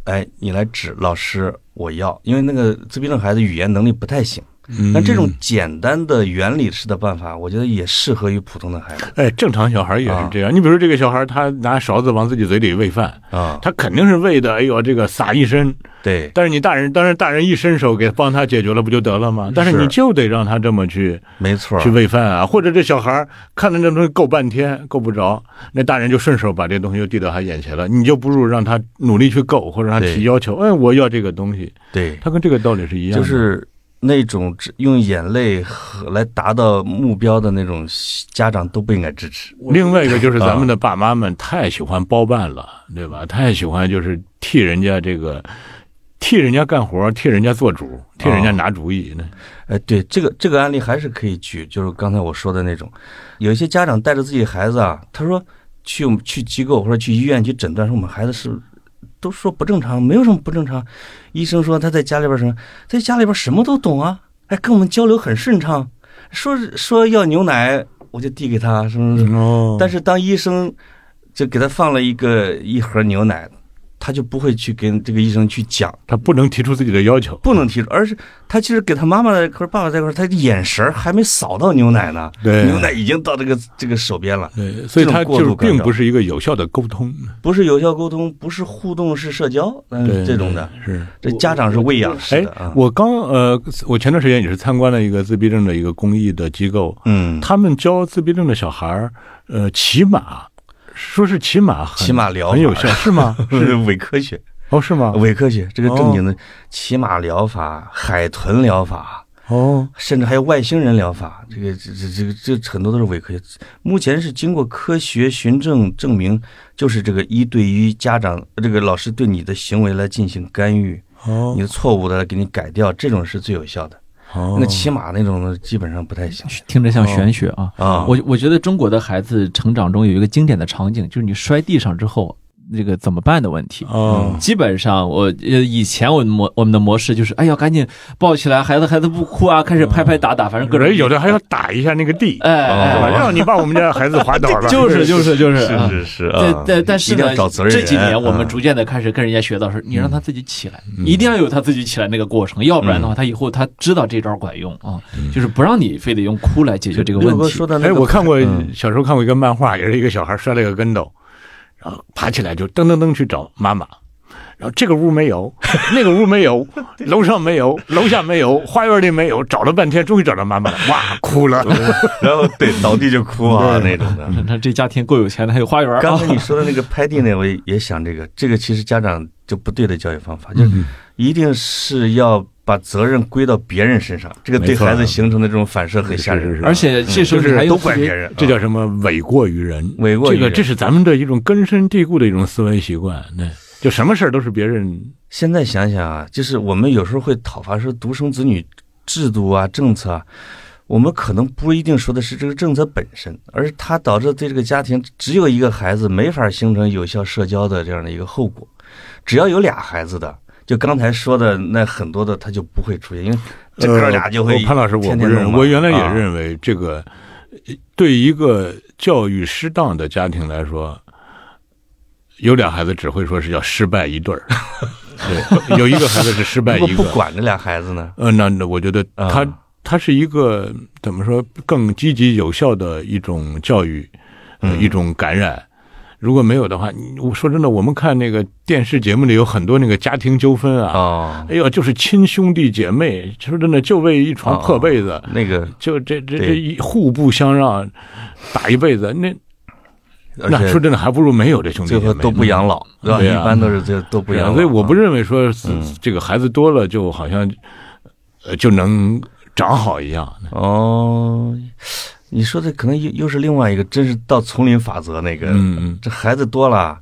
B: 哎，你来指老师，我要，因为那个自闭症孩子语言能力不太行，
C: 嗯
B: 但这种简单的原理式的办法，我觉得也适合于普通的孩子
C: 哎，正常小孩也是这样。你比如说这个小孩，他拿勺子往自己嘴里喂饭，
B: 啊。
C: 他肯定是喂的，哎呦，这个撒一身。
B: 对，
C: 但是你大人，当然大人一伸手给帮他解决了，不就得了吗？但是你就得让他这么去
B: 没错儿
C: 去，喂饭啊，或者这小孩儿看着这东西够半天够不着，那大人就顺手把这东西就递到他眼前了，你就不如让他努力去够，或者让他
B: 对
C: 提要求，哎，我要这个东西，
B: 对，
C: 他跟这个道理是一样
B: 就
C: 的。
B: 是那种只用眼泪和来达到目标的那种家长都不应该支持。
C: 另外一个就是咱们的爸妈们太喜欢包办了，对吧？太喜欢就是替人家这个，替人家干活，替人家做主，替人家拿主意呢。
B: 哎，对，这个这个案例还是可以举，就是刚才我说的那种，有一些家长带着自己孩子啊，他说去我们去机构或者去医院去诊断，说我们孩子是都说不正常，没有什么不正常。医生说他在家里边什么，在家里边什么都懂啊，哎，跟我们交流很顺畅，说说要牛奶我就递给他，什么什么。
C: 哦
B: 但是当医生就给他放了一个一盒牛奶，他就不会去跟这个医生去讲，
C: 他不能提出自己的要求，
B: 不能提出，而是他其实给他妈妈和爸爸在一块儿，他眼神儿还没扫到牛奶呢，
C: 对
B: 牛奶已经到这个这个手边了，
C: 对，所以他
B: 这种过
C: 就
B: 度
C: 是
B: 干
C: 并
B: 扰
C: 不是一个有效的沟通，
B: 不是有效沟通，不是互动，是社交，嗯，
C: 对
B: 这种的，
C: 是。
B: 这家长是喂养式
C: 哎
B: 的啊，，
C: 我刚呃，我前段时间也是参观了一个自闭症的一个公益的机构，
B: 嗯，
C: 他们教自闭症的小孩儿呃骑马，说是骑马很
B: 骑马哦疗法
C: 很有效，是吗？
B: 是伪科学，
C: 哦，是吗？
B: 伪科学，这个正经的骑马疗法、海豚疗法，
C: 哦，
B: 甚至还有外星人疗法，这个这这这个这很多都是伪科学。目前是经过科学循证证明，就是这个一对一家长这个老师对你的行为来进行干预，
C: 哦
B: 你，的错误的来给你改掉，这种是最有效的。
C: 哦
B: 那骑马那种的基本上不太行
A: 听着像玄学啊。
B: 啊。
A: 我我觉得中国的孩子成长中有一个经典的场景，就是你摔地上之后，这个怎么办的问题。
B: 嗯
C: 哦，
A: 基本上我呃以前我们模我们的模式就是，哎呀，赶紧抱起来，孩子孩子不哭啊，开
B: 哦
A: 始拍拍打打，反正各
C: 有
A: 种
B: 嗯
C: 人有的还要打一下那个地，
A: 哎
C: 哦是吧
A: 哎，
C: 让你把我们家孩子滑倒 了，
A: 就是就是就是啊。
B: 是是
A: 但但但是
B: 一定
A: 呢
B: 要找责，任
A: 这
B: 人。
A: 几年我们
B: 啊
A: 逐渐的开始跟人家学到是，你让他自己起来，一定要有他自己起来那个过程，要不然的话，他以后他知道这招管用啊，就是不让你非得用哭来解决这个问
B: 六哥
A: 题
B: 说。的那
C: 哎，
B: 个，
C: 我看过
B: 嗯
C: 小时候看过一个漫画，也是一个小孩摔了一个跟头，然后爬起来就噔噔噔去找妈妈。然后这个屋没有，那个屋没有，楼上没有，楼下没有，花园里没有，找了半天，终于找到妈妈了，哇，哭了。
B: 然后对倒地就哭啊那种的。
A: 那这家庭够有钱的，还有花园
B: 刚
A: 啊
B: 才。你说的那个拍地那，我也想这个，这个其实家长就不对的教育方法，就是一定是要把责任归到别人身上，这个对
C: 没错啊
B: 孩子形成的这种反射很吓人，
C: 是是是
A: 而且这时候
C: 就
A: 你
C: 是
A: 还有
B: 都怪
A: 特别
B: 别人，
C: 这叫什么？诿过于人。
B: 伪嗯过于
C: 这个
B: 人
C: 这是咱们的一种根深蒂固的一种思维习惯。那就什么事儿都是别人。
B: 现在想想啊，就是我们有时候会讨伐说独生子女制度啊、政策啊，我们可能不一定说的是这个政策本身，而是它导致对这个家庭啊只有一个孩子没法形成有效社交的这样的一个后果。只要有俩孩子的，就刚才说的那很多的，他就不会出现，因为这哥俩就会
C: 呃我潘老师，我
B: 天
C: 不
B: 天
C: 认，
B: 弄
C: 我原来也
B: 啊
C: 认为这个，呃对一个教育失当的家庭来说，有俩孩子只会说是叫失败一 对儿，对，有一个孩子是失败
B: 如
C: 一
B: 果
C: 个
B: 不。管这俩孩子呢，
C: 呃，那那我觉得
B: 啊
C: 他、他是一个怎么说更积极有效的一种教育，呃
B: 嗯
C: 一种感染。如果没有的话，你我说真的，我们看那个电视节目里有很多那个家庭纠纷啊，
B: 哦，
C: 哎呦，就是亲兄弟姐妹，说真的就为一床破被子，
B: 那个
C: 就这这这
B: 哦对
C: 一互不相让，打一辈子，那
B: 而
C: 那说
B: 且
C: 真的还不如没有这兄弟
B: 最
C: 姐妹
B: 后
C: 呢
B: 都不养老，对吧？
C: 对啊
B: 一般都是这都不
C: 对
B: 养
C: 啊
B: 老，
C: 所以我不
B: 啊
C: 认为说是呃
B: 嗯
C: 这个孩子多了就好像呃就能长好一样。
B: 啊哦，你说的可能又又是另外一个，真是到丛林法则那个，
C: 嗯嗯
B: 这孩子多了，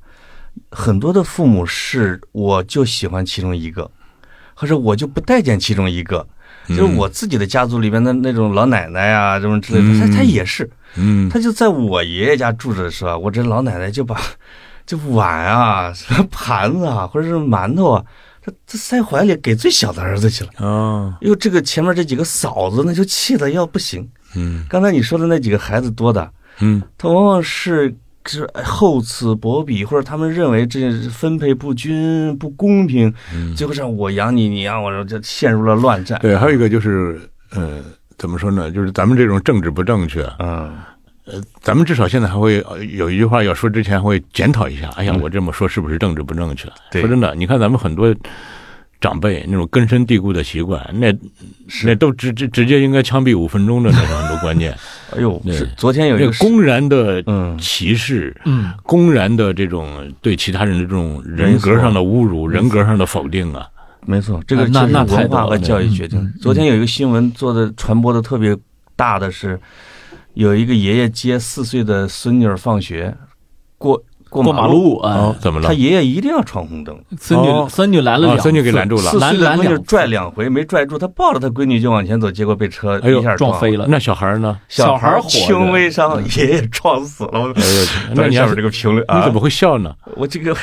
B: 很多的父母是我就喜欢其中一个，或者我就不待见其中一个，就是
C: 嗯
B: 我自己的家族里边的那种老奶奶啊，这种之类的，
C: 嗯
B: 他他也是，
C: 嗯，
B: 他就在我爷爷家住着的时候啊，我这老奶奶就把 这碗啊、 什么盘子啊，或者是馒头啊，这这塞怀里给最小的儿子去了。
C: 哦，
B: 哟，这个前面这几个嫂子那就气得要不行。
C: 嗯
B: 刚才你说的那几个孩子多的，
C: 嗯
B: 他往往是这厚此薄彼，或者他们认为这分配不均、不公平，最后让我养你，你养我，就陷入了乱战。
C: 嗯对，还有一个就是，呃，怎么说呢？就是咱们这种政治不正确，
B: 嗯，
C: 咱们至少现在还会呃有一句话要说之前会检讨一下。哎呀，我这么说是不是政治不正确？
B: 对
C: 说真的，你看咱们很多长辈那种根深蒂固的习惯，那那都直直直接应该枪毙五分钟的那种很多观念，
B: 哎呦，
C: 对
B: 是昨天有一
C: 那
B: 个
C: 公然的
B: 嗯
C: 歧视，
A: 嗯，
C: 公然的这种对其他人的这种人格上的侮辱、人格上的否定啊，
B: 没错，这个
A: 啊那
B: 就是
A: 那太
B: 文
A: 多
B: 化和
A: 了
B: 教育决定
A: 嗯
B: 的
A: 嗯。
B: 昨天有一个新闻做的传播的特别大的是，有一个爷爷接四岁的孙女儿放学，过过
A: 过马
B: 路，
A: 路啊
C: 哦，，怎么了
B: 他？爷爷一定要闯红灯，
A: 孙
C: 哦
A: 女孙女拦了
C: 啊
A: 两次，
C: 孙女给拦住了
B: 四
A: 拦
B: 岁的
A: 拦
B: 闺女
A: 两
B: 拽两回没拽住，他抱着他闺女就往前走，结果被车
C: 哎呦
B: 一下
A: 撞飞
B: 了。
A: 了。
C: 那小孩呢？
A: 小孩
B: 孩
A: 儿
B: 儿
A: 活着
B: 轻微伤，爷爷撞死了。我
C: 哎呦我去那
B: 当时
C: 你
B: 下
C: 还
B: 面这个评论啊，
C: 你怎么会笑呢？
B: 我这个，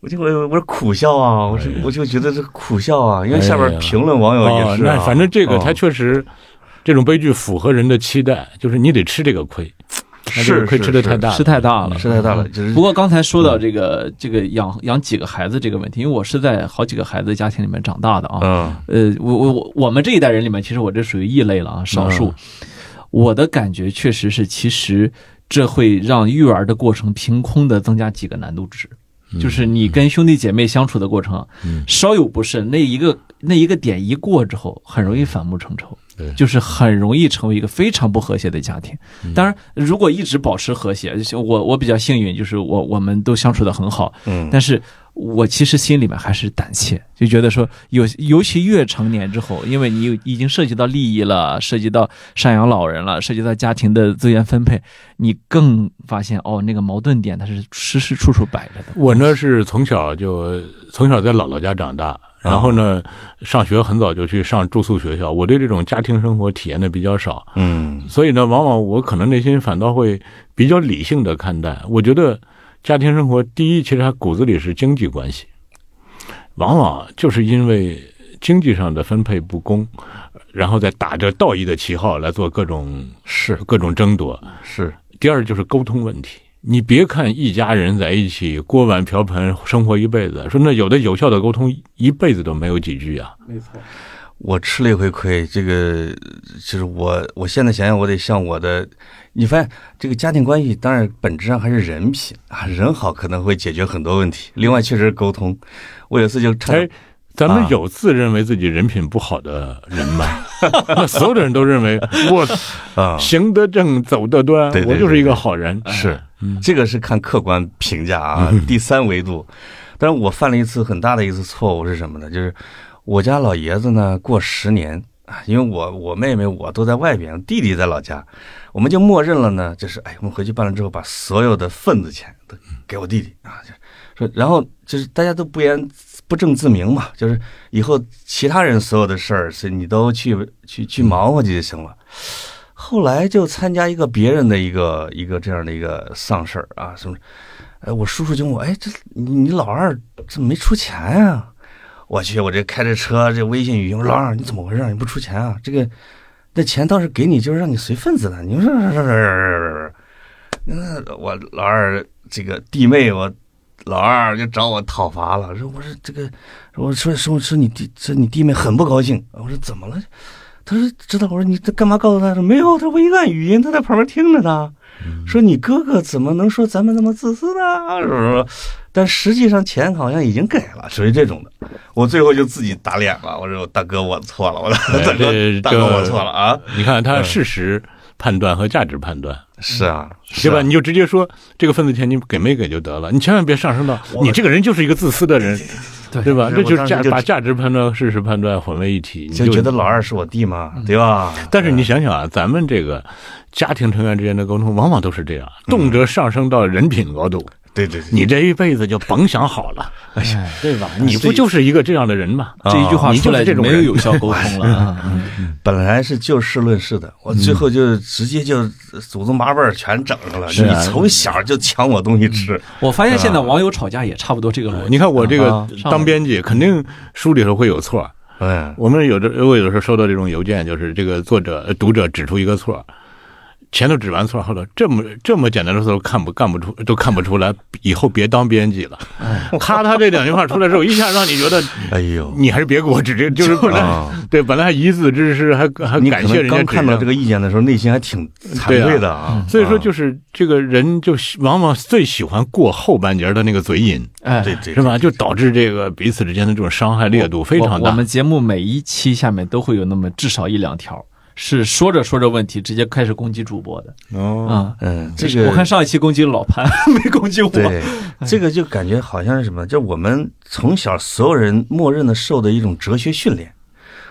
B: 我就我我是苦笑啊，我是我就觉得这苦笑啊，因为下边评论网友也
C: 哦，
B: 是啊、
C: 那反正这个他
B: 哦
C: 确实，这种悲剧符合人的期待，就是你得吃这个亏，那这
B: 是
C: 个亏吃的太大了，
A: 吃太大了，
B: 吃太大了，就是
A: 不过刚才说到这个这个养养几个孩子这个问题，因为我是在好几个孩子家庭里面长大的啊。
B: 嗯
A: 呃，我我我我们这一代人里面，其实我这属于异类了啊，少数。我的感觉确实是，其实这会让育儿的过程凭空的增加几个难度值，
C: 嗯
A: 就是你跟兄弟姐妹相处的过程，稍有不慎，那一个那一个点一过之后，很容易反目成仇
C: 对。
A: 就是很容易成为一个非常不和谐的家庭。当然，如果一直保持和谐，就我我比较幸运，就是我我们都相处的很好。
B: 嗯，
A: 但是我其实心里面还是胆怯，就觉得说有，尤其越成年之后，因为你有已经涉及到利益了，涉及到赡养老人了，涉及到家庭的资源分配，你更发现哦，那个矛盾点它是时时处处摆着的。
C: 我呢是从小就从小在姥姥家长
B: 哦
C: 大，然后呢上学很早就去上住宿学校，我对这种家庭生活体验的比较少，
B: 嗯
C: 所以呢，往往我可能内心反倒会比较理性的看待。我觉得家庭生活第一，其实它骨子里是经济关系，往往就是因为经济上的分配不公，然后再打着道义的旗号来做各种
B: 是
C: 各种争夺。
B: 是
C: 第二就是沟通问题。你别看一家人在一起锅碗瓢盆生活一辈子，说那有的有效的沟通一辈子都没有几句啊。
A: 没错，
B: 我吃了一回亏，这个就是我我现在想想，我得向我的，你发现这个家庭关系，当然本质上还是人品啊，人好可能会解决很多问题。另外，确实是沟通，我有一次就差点
C: 哎，咱们
B: 啊
C: 有自认为自己人品不好的人吗？ 那所有的人都认为我
B: 啊、
C: 行得正，走得端
B: 对，对
C: 我就是一个 好人。
B: 是，这个是看客观评价啊，第三维度。但是我犯了一次很大的一次错误是什么呢？就是我家老爷子呢过十年啊，因为我我妹妹我都在外边，弟弟在老家，我们就默认了呢，就是哎，我们回去办了之后，把所有的份子钱都给我弟弟啊，就说，然后就是大家都不言不证自明嘛，就是以后其他人所有的事儿是你都去去去忙活去就行了。后来就参加一个别人的一个一个这样的一个丧事儿啊，什么，哎，我叔叔就问我，哎，这你你老二怎么没出钱啊？我去，我这开着车，这微信语音，我说老二你怎么回事啊？你不出钱啊？这个那钱当时给你就是让你随份子的，你说 那我老二这个弟妹，我老二就找我讨伐了，说我说这个，我说说说你弟，说你弟妹很不高兴，我说怎么了？他说知道，我说你这干嘛告诉他？说没有，他说我一按语音，他在旁边听着呢。说你哥哥怎么能说咱们那么自私呢？说说，但实际上钱好像已经给了，属于这种的。我最后就自己打脸了，我说大哥我错了，我说
C: 哎
B: 大
C: 这
B: 哥大哥
C: 这
B: 我错了啊，
C: 你看他
B: 嗯
C: 事实判断和价值判断，
B: 是啊，
C: 对吧？
B: 是啊？
C: 你就直接说这个份子钱你给没给就得了，你千万别上升到
B: 我
C: 你这个人就是一个自私的人，
A: 对
C: 对吧？
B: 是
C: 这就
B: 我当时
C: 是价
B: 就
C: 把价值判断和事实判断混为一体，你
B: 就觉得老二是我弟嘛，对吧？
C: 但是你想想啊，咱们这个家庭成员之间的沟通，往往都是这样，
B: 嗯
C: 动辄上升到人品高度。
B: 对对对，
C: 你这一辈子就甭想好 了，
B: 哎
C: 对吧？你不就是一个这样的人吗？
A: 这一句话
C: 啊你
A: 出
C: 就是
A: 来
C: 这
A: 就
C: 种
A: 没有
C: 人
A: 有效沟 通了啊。嗯
B: 本来是就事论事的，我最后就直接就祖宗八辈儿全整上了。
C: 是啊
B: 你从小就抢我东西吃，
A: 我发现现在网友吵架也差不多这个逻辑。
C: 你看我这个
A: 啊
C: 当编辑，肯定书里头会有错。
B: 嗯，
C: 我们有的我有的时候收到这种邮件，就是这个作者呃读者指出一个错，前头指完错，后头这么这么简单的字都看不看不出，都看不出来，以后别当编辑了。咔，他这两句话出来之后，一下让你觉得
B: 哎呦，
C: 你还是别给我指这，就是本来
B: 啊，
C: 对本来还一字之识，还还
B: 你
C: 感
B: 可
C: 谢
B: 能
C: 人家
B: 刚看到
C: 指
B: 这
C: 正。
B: 个意见的时候，内心还挺
C: 对
B: 惭
C: 啊
B: 愧的啊。
C: 所以说，
B: 啊
C: 就是这个人就喜往往最喜欢过后半截的那个嘴瘾，
A: 哎，
B: 对对
C: 是吧？就导致这个彼此之间的这种伤害烈度非常
A: 我。我
C: 大
A: 们。节目每一期下面都会有那么至少一两条，是说着说着问题直接开始攻击主播的
C: 哦，
A: 啊。
B: 嗯，这个
A: 我看上一期攻击老潘， 没攻击我。
B: 对，这个就感觉好像是什么，就我们从小所有人默认的受的一种哲学训练，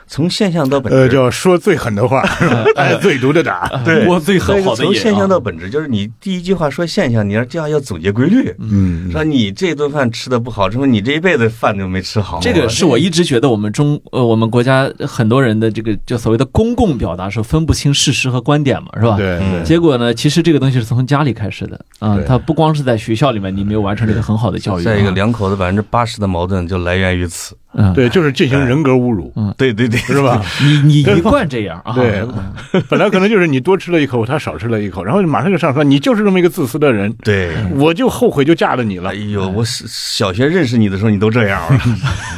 B: 从现象到本质。
C: 呃，叫说最狠的话，是吧挨最毒的
A: 呃
C: 打。
B: 对，
A: 我最狠好的
B: 从
A: 也
B: 现
C: 啊
B: 象到本质，就是你第一句话说现象，你要这样要总结规律，
C: 嗯，
B: 说你这顿饭吃的不好，说明你这一辈子饭都没吃
C: 啊
B: 好。
A: 这个是我一直觉得我们中呃我们国家很多人的这个就所谓的公共表达是分不清事实和观点嘛，是吧？。
C: 对
B: 嗯
C: 对。
A: 结果呢，其实这个东西是从家里开始的啊
C: 对，
A: 它不光是在学校里面，你没有完成这个很好的教育。
B: 再一个，
A: 啊，
B: 两口子百分之八十的矛盾就来源于此。
A: 嗯，
C: 对，就是进行人格侮辱，
B: 对对对，
C: 是吧？
A: 你你一贯这样啊，
C: 对
A: 嗯
C: 本来可能就是你多吃了一口，他少吃了一口，然后马上就上升，你就是这么一个自私的人，
B: 对。
A: 嗯
C: 我就后悔就嫁了你了
A: 啊
B: 哎。呦，我是小学认识你的时候，你都这样 了，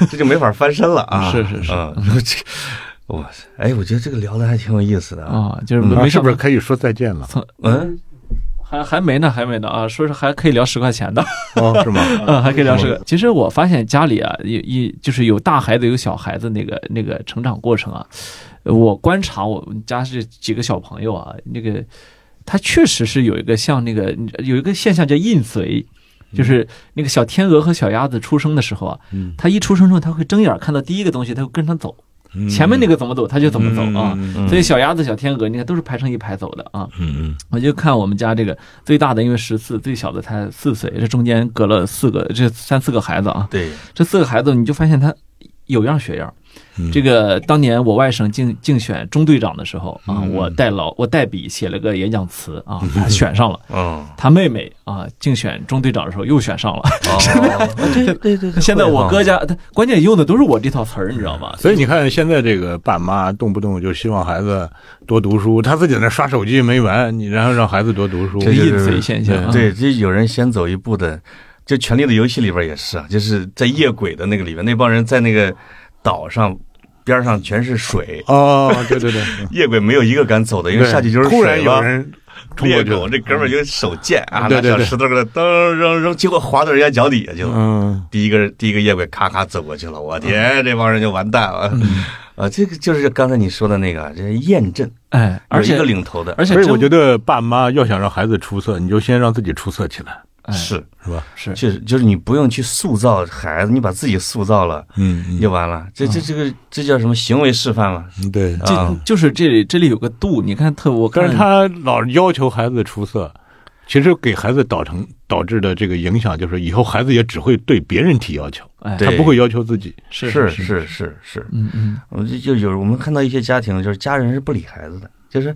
B: 这就没法翻身了啊！
A: 是是是
B: 嗯，这哇塞，哎，我觉得这个聊的还挺有意思的啊。
A: 啊，就是
C: 啊
A: 没
C: 是
A: 上
C: 不是可以说再见了？
B: 嗯，
A: 还还没呢，还没呢啊，说是还可以聊十块钱的，
C: 哦，是吗？
A: 嗯，还可以聊十个。其实我发现家里啊，一一就是有大孩子有小孩子那个那个成长过程啊，我观察我们家这几个小朋友啊，那个他确实是有一个像那个有一个现象叫印随。
C: 嗯
A: 就是那个小天鹅和小鸭子出生的时候啊，
B: 嗯
A: 它一出生之后，它会睁眼看到第一个东西，它会跟上走，
C: 嗯
A: 前面那个怎么走，它就怎么走啊。所以小鸭子、小天鹅，你看都是排成一排走的啊。
B: 嗯
A: 我就看我们家这个最大的，因为十四，最小的才四岁，这中间隔了四个，这三四个孩子啊，
B: 对，
A: 这四个孩子你就发现他有样学样。
B: 嗯
A: 这个当年我外甥竞竞选中队长的时候啊，
B: 嗯
A: 我代劳我代笔写了个演讲词啊，他选上了。
B: 嗯，
A: 他妹妹啊，竞选中队长的时候又选上了。
B: 哦，对对对对，
A: 现在我哥
B: 会啊，
A: 家，他关键用的都是我这套词儿，你知道吗？
C: 所以你看，现在这个爸妈动不动就希望孩子多读书，他自己在那刷手机没完，你然后让孩子多读书，
B: 这就
A: 印
B: 是
A: 随现象啊，
B: 对，这有人先走一步的，就《权力的游戏》里边也是啊，就是在夜鬼的那个里边，那帮人在那个岛上边上全是水，
C: 哦，对对对，
B: 夜鬼没有 一个敢走的，因为
C: 对
B: 下去就是
C: 突然
B: 水
C: 有
B: 了。
C: 人冲过
B: 猎
C: 去了
B: 狗，这哥们儿就手贱啊，
C: 对
B: 拿
C: 对
B: 小
C: 对
B: 石头给他噔扔扔，结果滑到人家脚底下去了。
C: 嗯，
B: 第一个第一个夜鬼咔咔走过去了，我天，这帮人就完蛋了。啊，这个就是刚才你说的那个，这验证，
A: 哎，而
B: 嗯有一
A: 且
B: 个领头的，
A: 而且
C: 所以我
A: 真
C: 觉得爸妈要想让孩子出色，你就先让自己出色起来，
A: 哎
B: 是
C: 是吧？
A: 是
B: 确实，就是你不用去塑造孩子，你把自己塑造了
C: 嗯，
B: 就完了。这这这个这叫什么行为示范嘛？
C: 嗯对。
A: 这
B: 啊，
A: 就是这里这里有个度，你看特我看
C: 但是他老要求孩子出色，其实给孩子导成导致的这个影响就是，以后孩子也只会对别人提要求，
A: 哎，
B: 对
C: 他不会要求自己。
A: 是
B: 是是是是，
A: 嗯嗯
B: 我就就有我们看到一些家庭，就是家人是不理孩子的，就是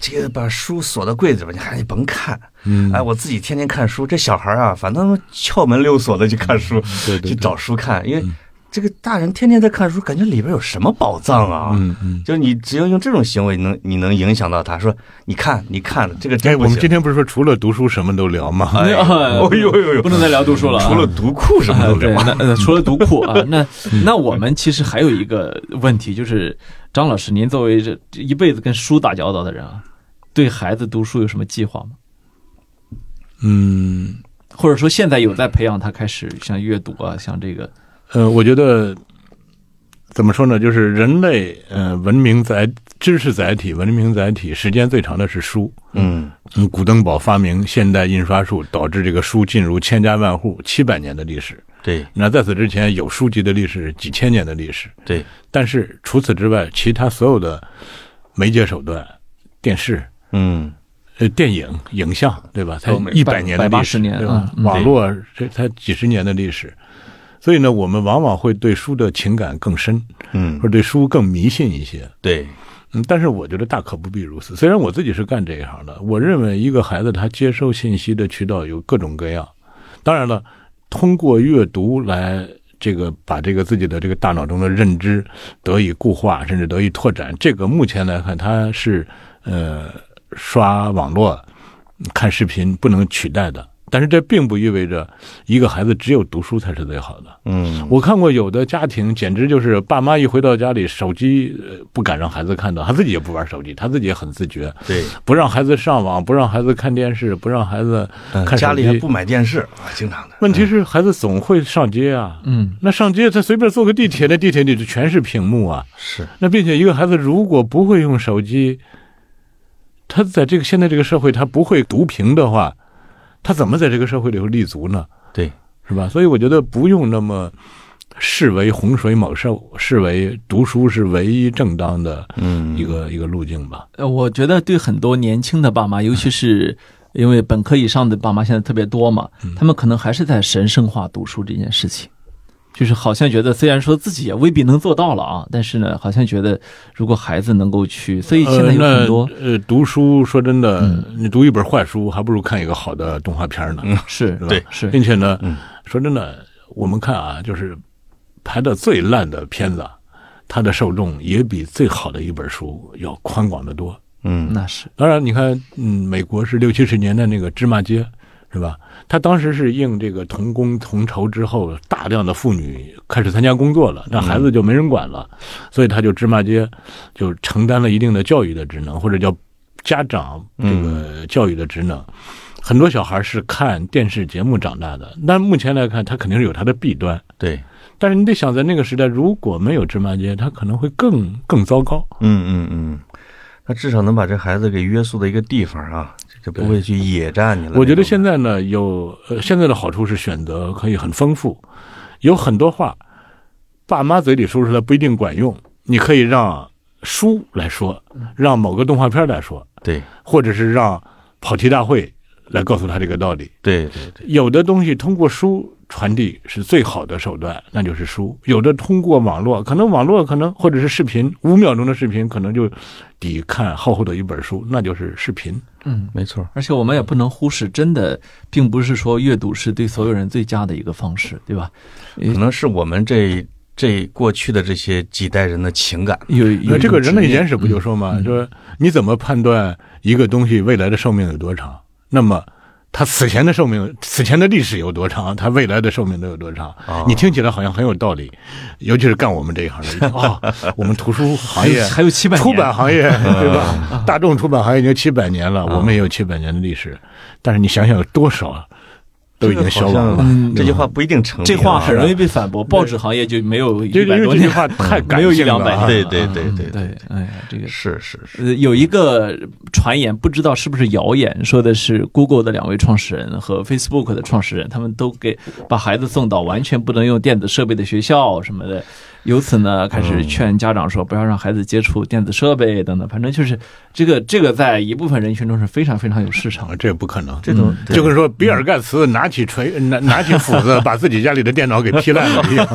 B: 这个把书锁到柜子里边，你还你甭看，
C: 嗯
B: 哎，我自己天天看书，这小孩啊，反正窍门溜锁的去看书，
C: 对对
B: 去找书看，因为这个大人天天在看书，感觉里边有什么宝藏啊？
C: 嗯嗯。
B: 就是你只有用这种行为，能你能影响到他，说你看你看这个
C: 哎，
B: 真不
C: 我们
B: 行
C: 今。天不是说除了读书什么都聊吗？
B: 哎呦
A: 哎
B: 哎呦哎呦
A: 不能再聊读书了啊
B: 除了读库什么
A: 啊
B: 都，
A: 对，
B: 聊。
A: 那呃除了读库啊， 那那我们其实还有一个问题，就是张老师，您作为这这一辈子跟书打交道的人啊，对孩子读书有什么计划吗？
C: 嗯，
A: 或者说现在有在培养他开始像阅读啊，像这个
C: 呃，我觉得怎么说呢，就是人类呃文明载知识载体、文明载体时间最长的是书。
B: 嗯
C: 嗯，古登堡发明现代印刷术，导致这个书进入千家万户，七百年的历史。
B: 对
C: 那在此之前，有书籍的历史几千年的历史。
B: 对，
C: 但是除此之外，其他所有的媒介手段，电视、
B: 嗯
C: 呃电影、影像，对吧？才
A: 都没
C: 一百年的历史，
A: 180年
C: 对吧？
A: 嗯
C: 网络这才几十年的历史，所以呢，我们往往会对书的情感更深，
B: 嗯
C: 或者对书更迷信一些。
B: 对，
C: 嗯，但是我觉得大可不必如此。虽然我自己是干这一行的，我认为一个孩子他接收信息的渠道有各种各样。当然了，通过阅读来这个把这个自己的这个大脑中的认知得以固化，甚至得以拓展，这个目前来看它是呃刷网络、看视频不能取代的。但是这并不意味着一个孩子只有读书才是最好的。
B: 嗯，
C: 我看过有的家庭，简直就是爸妈一回到家里，手机呃不敢让孩子看到，他自己也不玩手机，他自己也很自觉，
B: 对，
C: 不让孩子上网，不让孩子看电视，不让孩子
B: 嗯
C: 看手机
B: 家里还不买电视啊，经常的。
C: 问题是孩子总会上街啊，
A: 嗯，
C: 那上街他随便坐个地铁，那地铁里就全是屏幕啊。
B: 是，
C: 那并且一个孩子如果不会用手机，他在这个现在这个社会他不会读屏的话，他怎么在这个社会里头立足呢？
B: 对，
C: 是吧？所以我觉得不用那么视为洪水猛兽，视为读书是唯一正当的
B: 嗯
C: 一个、一个路径吧。
A: 呃我觉得对很多年轻的爸妈，尤其
C: 嗯
A: 是因为本科以上的爸妈现在特别多嘛，他们可能还是在神圣化读书这件事情，就是好像觉得虽然说自己也未必能做到了啊，但是呢，好像觉得如果孩子能够去，所以现在有很多、嗯
C: 呃那呃读书说真的，你读一本坏书，还不如看一个好的动画片呢。
A: 是
C: 吧
B: 对
A: 是
C: 并且呢，
B: 嗯
C: 说真的，我们看啊，就是拍的最烂的片子啊，它的受众也比最好的一本书要宽广得多。
B: 嗯
A: 那是
C: 当然，你看，嗯，美国是六七十年代那个《芝麻街》，是吧？他当时是应这个同工同酬之后，大量的妇女开始参加工作了，那孩子就没人管了，所以他就《芝麻街》就承担了一定的教育的职能，或者叫家长这个教育的职能。很多小孩是看电视节目长大的，那目前来看，他肯定是有他的弊端。
B: 对，
C: 但是你得想，在那个时代，如果没有《芝麻街》，他可能会更更糟糕。
B: 嗯嗯嗯，他至少能把这孩子给约束到一个地方啊，这不会去野战你了。
C: 我觉得
B: 在
C: 现在呢，有呃，现在的好处是选择可以很丰富，有很多话，爸妈嘴里说出来不一定管用，你可以让书来说，让某个动画片来说，
B: 对
C: 或者是让跑题大会来告诉他这个道理。
B: 对对对，
C: 有的东西通过书传递是最好的手段，那就是书；有的通过网络，可能网络可能或者是视频，五秒钟的视频可能就抵看厚厚的一本书，那就是视频。
A: 嗯。
B: 没错。
A: 而且我们也不能忽视，真的并不是说阅读是对所有人最佳的一个方式，对吧？
B: 可能是我们这这过去的这些几代人的情感，
A: 有有
C: 那
A: 一
C: 这个
A: 种
C: 人类
A: 执念嗯
C: 简史不就说嘛，说你怎么判断一个东西未来的寿命有多长？那么它此前的寿命、此前的历史有多长，它未来的寿命都有多长？
B: 哦
C: 啊你听起来好像很有道理，尤其是干我们这一行的 一听，哦，我们图书行
A: 还
C: 业
A: 有还有七百
C: 出版行业对
A: 嗯
C: 吧？大众出版行业已经七百年了，我们也有七百年的历史，但是你想想有多少啊都已经消亡了。
A: 嗯
B: 这句话不一定成立啊。
A: 这话很容易被反驳，报纸行业就没有
C: 就
A: 一
C: 因
A: 百
C: 为
A: 多
C: 这句
A: 年，
C: 话太感
A: 没有一
C: 性了
A: 两百
C: 啊
A: 年，
B: 对对对
A: 嗯
B: 对对
A: 对，哎呀，这个
B: 是是是，
A: 呃，有一个传言，不知道是不是谣言，说的是 Google 的两位创始人和 Facebook 的创始人，他们都给把孩子送到完全不能用电子设备的学校什么的，由此呢开始劝家长说不要让孩子接触电子设备等等，反正就是这个这个在一部分人群中是非常非常有市场
C: 啊
A: 的。
C: 这也不可能，
B: 这种
C: 就跟说比尔盖茨拿起锤拿拿起斧子把自己家里的电脑给劈烂了一样。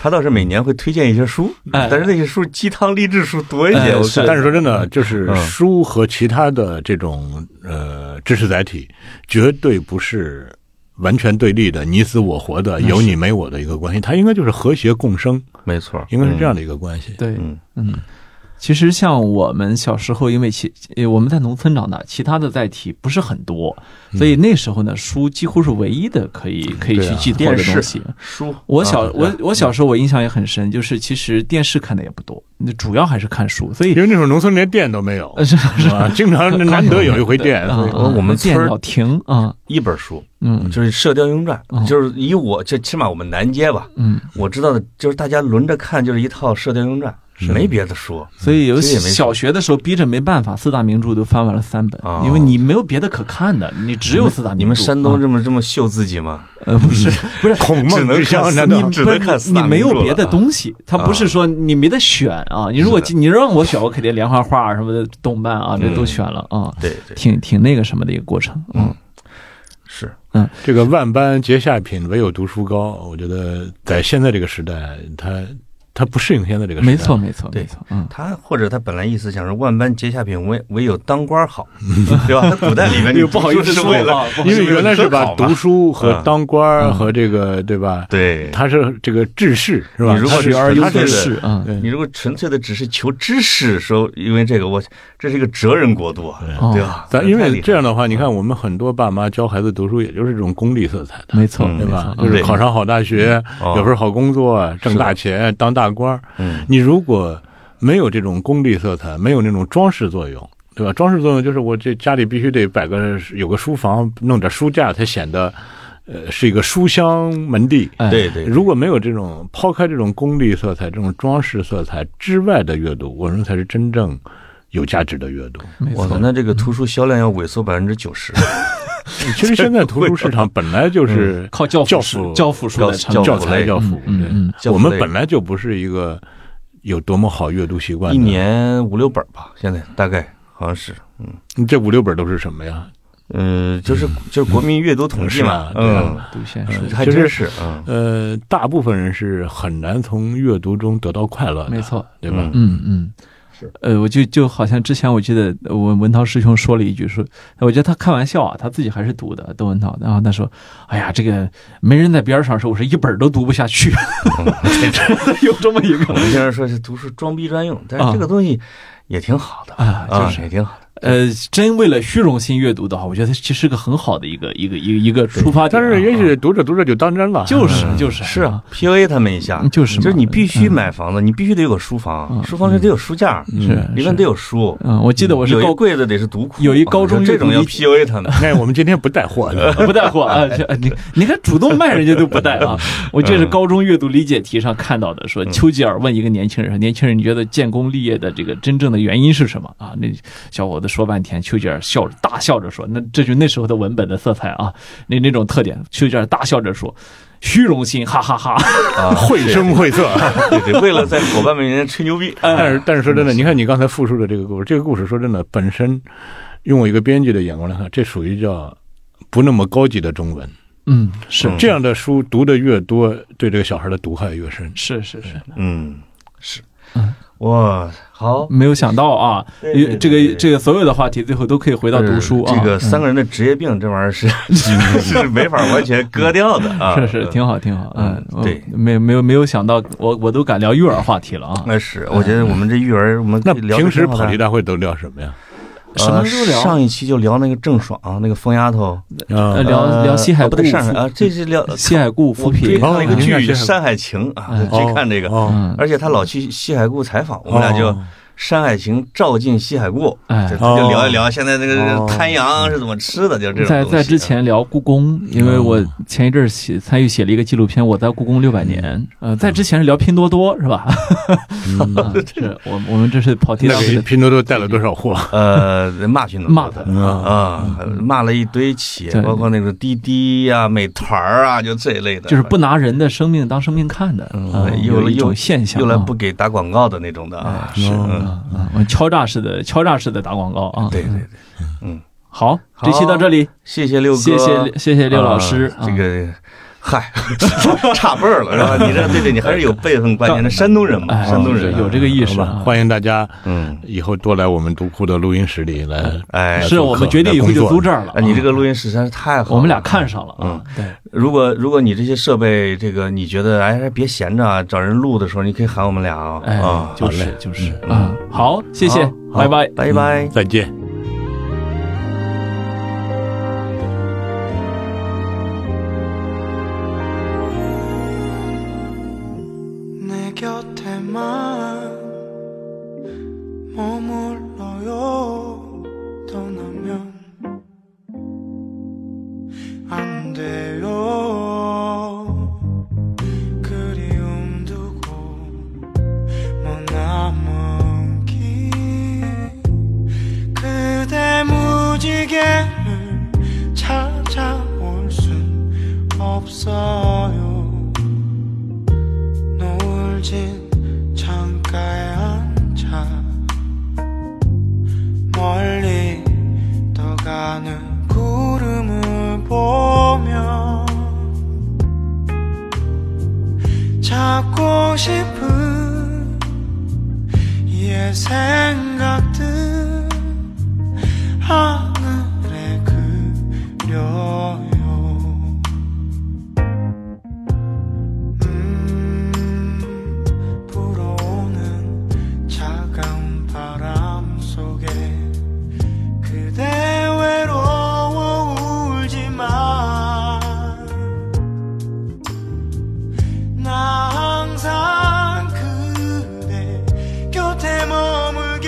B: 他倒是每年会推荐一些书，
A: 哎
B: 但是那些书鸡汤励志书多一些，
A: 哎
B: 我
A: 是
B: 看
C: 但是说真的，
A: 嗯
C: 就是书和其他的这种呃知识载体，绝对不是完全对立的，你死我活的，有你没我的一个关系，它应该就是和谐共生，
B: 没错，嗯
C: 应该是这样
B: 的。
C: 的一个关系。
A: 对，
B: 嗯
A: 嗯，其实像我们小时候，因为其呃我们在农村长大，其他的载体不是很多，
B: 嗯
A: 所以那时候呢，书几乎是唯一的可以可以
C: 对
A: 去
C: 啊
A: 寄托
B: 电
A: 的东
B: 视
A: 西。
B: 书，
A: 我小、
B: 啊
A: 我我小时候我印象也很深，就是其实电视看的也不多，那主要还是看书，所以
C: 因为那时候农村连电都没有，
A: 呃是
C: 是吧？经常难得有一回电，
A: 啊
C: 所以
B: 我我们村
A: 电
B: 儿
A: 脑亭啊，
B: 一本书
A: 嗯
B: 就是《射雕英雄传》
A: 嗯
B: 就是以我这起码我们南街吧，
A: 嗯，
B: 我知道的就是大家轮着看，就是一套《射雕英雄传》，没别的书。
C: 啊
A: 所以有
B: 其实也没
A: 小学的时候逼着没办法，四大名著都翻完了三本，
B: 哦
A: 因为你没有别的可看的，你只有四大名著。
B: 你们山
A: 啊
B: 东这么这么秀自己吗？
A: 呃不 是不是
C: 孔
B: 只
C: 孟
B: 能
C: 之乡
B: 看
C: 难
B: 四
C: 道
B: 面只能看四
A: 你
B: 大
A: 没
B: 名著
A: 有别的
B: 了啊
A: 东西，它不是说你没得选啊。你如果
B: 是
A: 你让我选，我肯定连环画什么的动漫啊，这都选了啊。
B: 对对
A: 挺挺那个什么的一个过程。嗯，
B: 是，
C: 这个万般皆下品，唯有读书高。我觉得在现在这个时代，它他不适应现在这个时代。
A: 没错，没错，
B: 对
A: 没错，嗯，
B: 他或者他本来意思想说万般皆下品，唯唯有当官 好，对吧？他古代里面
C: 哎呦不好意思
B: 就是
C: 说
B: 为了，
C: 因为原来是
B: 吧
C: 把读书和
B: 嗯
C: 当官儿和这个对吧？
B: 对，
C: 他是这个治世是吧？
B: 你如果
C: 他
B: 是
C: 而
B: 他
C: 优则
B: 是
C: 仕
A: 嗯
C: 对
B: 你如果纯粹的只是求知识，说因为这个我这是一个哲人国度啊，
A: 哦
B: 对吧？
C: 咱因为这样
B: 的
C: 的话，你看我们很多爸妈教孩子读书，也就是这种功利色彩的，
A: 没错，
B: 嗯
C: 对吧？
A: 没错
C: 就
A: 嗯
C: 是考上好大学，
B: 哦
C: 有份好工作，挣大钱，当大官儿。
B: 嗯
C: 你如果没有这种功利色彩，没有那种装饰作用，对吧？装饰作用就是我这家里必须得摆个有个书房，弄点书架，才显得呃是一个书香门第。
A: 哎
B: 对对，
C: 嗯如果没有这种抛开这种功利色彩、这种装饰色彩之外的阅读，我认为才是真正有价值的阅读。
A: 没
B: 我
A: 错，
B: 们那这个图书销量要萎缩百分之九 十，
C: 其实现在图书市场本来就是
A: 靠教
C: 教
A: 辅
C: 辅
A: 书教辅书
B: 教
A: 来撑
B: 教
A: 起
C: 教
A: 来
B: 辅类
C: 材教辅，
A: 嗯嗯嗯
C: 对，我们本来就不是一个有多么好阅读习惯
B: 一
C: 的。
B: 年五六本吧，现在大概好像是，嗯
C: 你这五六本都是什么呀？
B: 呃，就是就是国民阅读统计嘛，
C: 是吧对
B: 嗯
C: 啊，
A: 读先
C: 嗯
A: 书，
B: 还
C: 就是
B: 真是，嗯
C: 呃，大部分人是很难从阅读中得到快乐的，
A: 没，错，
C: 对吧？
A: 嗯嗯，是，呃，我就就好像之前我记得呃我文涛师兄说了一句说，哎我觉得他开玩笑啊，他自己还是读的窦文涛，然后他说，哎呀，这个没人在边上的时候，我是一本儿都读不下去， 有这么一
B: 我
A: 个。
B: 们经常说是读书装逼专用，但是
A: 啊
B: 这个东西也挺好的
A: 啊就是
B: 也挺好的，
A: 呃，真为了虚荣心阅读的话，我觉得其实是个很好的一个一个一个一个出发点
C: 但
A: 啊。
C: 是也
A: 啊
C: 许读着读着就当真了，嗯
A: 就是就是
B: 是啊，PUA 他们一下，
A: 就是嘛
B: 就是你必须买房子，你必须得有个书房，
A: 嗯
B: 书房里得有书架，
A: 是
B: 里面得有书，
A: 嗯，我记得我是
B: 有一
A: 高
B: 柜子得是读库，
A: 有一高中
B: 啊这种
A: 阅
B: 要
A: 读
B: PUA 他们，
C: 哎，我们今天不 带货的，
A: 不带货啊！这你你看，主动卖人家都不带啊！我这是高中阅读理解题上看到的，说丘吉尔问一个年轻人，年轻人你觉得建功立业的这个真正的原因是什么啊？那小伙子说半天，丘吉尔笑着大笑着说，那这就那时候的文本的色彩啊，那那种特点，丘吉尔大笑着说。虚荣心，哈哈哈
B: 啊
C: 绘声绘色。
B: 对对，为了在伙伴们面前吹牛逼，嗯
C: 但哎
A: 哎
C: 是但是说真的，你看你刚才复述的这个故事，这个故事说真的，本身用我一个编辑的眼光来看，这属于叫不那么高级的中文。
A: 嗯，是
C: 这样的书读的越多，对这个小孩的毒害越深。
A: 是是是，
B: 嗯，是
A: 嗯，
B: 哇，好，
A: 没有想到啊
B: 对对对，
A: 这
B: 对对
A: 个这个所有的话题最后都可以回到读书啊。
B: 这个三个人的职业病，这玩意 儿是是是没法完全割掉的啊，
A: 是是，挺好，挺好。嗯，
B: 嗯
A: 我
B: 对
A: 没没有没有想到，我我都敢聊育儿话题了啊！
B: 那是，我觉得我们这育儿，我们
C: 那
B: 聊得
C: 平时
B: 挺好的
C: 跑题大会都聊什么呀？
A: 什么时候
B: 呃
A: 聊？
B: 上一期就聊那个郑爽，那个疯丫头，
A: 呃
C: 啊，
A: 聊
B: 呃
A: 聊西海
B: 哦不对，
A: 固
B: 上海
A: 扶
B: 啊，这是聊
A: 西海固扶
B: 追
A: 贫
B: 看了一个
C: 哦
B: 剧《
C: 哦
B: 山海情》啊，
A: 嗯
B: 追看这个，
C: 哦，
A: 嗯，
B: 而且他老去西海固采访，我们俩就《
C: 哦
B: 山海情》照进西海固，
A: 哎
B: 就
C: 哦
B: 就聊一聊现在那个
C: 哦
B: 滩羊是怎么吃的，就这种
A: 在
B: 东西啊嗯
A: 在之前聊故宫，因为我前一阵儿写参与写了一个纪录片《我在故宫六百年》。
B: 嗯
A: 呃，在之前是聊拼多多是吧？ 啊是我我们这是跑题大
C: 那
A: 会
C: 给
A: 的
C: 拼多多带了多少货？
B: 呃骂去
A: 骂的。
C: 啊，
B: 啊，骂了一堆企业，
A: 对
B: 包括那个滴滴呀、美团儿啊，就这一类的，
A: 就是不拿人的生命当生命看的，
B: 嗯
A: 啊
B: 又
A: 有一
B: 又
A: 种现象啊，
B: 又来不给打广告的那种的啊
A: 哎，是
B: 嗯，
A: 啊啊，我敲诈式的敲诈式的打广告啊。
B: 对对对，
A: 好，
B: 好
A: 这期到这里，
B: 谢谢六哥，
A: 谢谢谢谢六老师啊
B: 啊，这个。嗨， 差辈儿了是吧？你这对对，你还是有辈分关系的。山东人嘛，
A: 哎
B: 山东人啊
A: 有这个意识
C: 好
A: 啊
C: 吧，欢迎大家
B: 嗯，
C: 以后多来我们读库的录音室里
A: 嗯
C: 来。
B: 哎，
A: 是我们决定以后就租这儿了啊。
B: 哎你这个录音实在是太好了。
A: 我们俩看上了啊
B: 嗯。
A: 对，
B: 如果如果你这些设备，这个你觉得哎别闲着啊，找人录的时候你可以喊我们俩啊。
A: 哎
B: 啊，，
A: 就
C: 好
A: 是
C: 嘞
A: 就是
B: 嗯
A: 啊。好，谢谢
B: 好，
A: 拜拜。嗯
B: 拜拜。
C: 再见。
D: 내 곁에만 머물러요 떠나면 안 돼요 그리움 두고 뭐 남은 길 그대 무지개를 찾아올 순 없어요 노을 진 창가에 앉아 멀리 떠가는 구름을 보며 찾고 싶은 내 생각들 하늘에 그려요 음 불어오는 차가운 바람 속에 그대 외로워 울지마 나 항상 그대 곁에 머물겠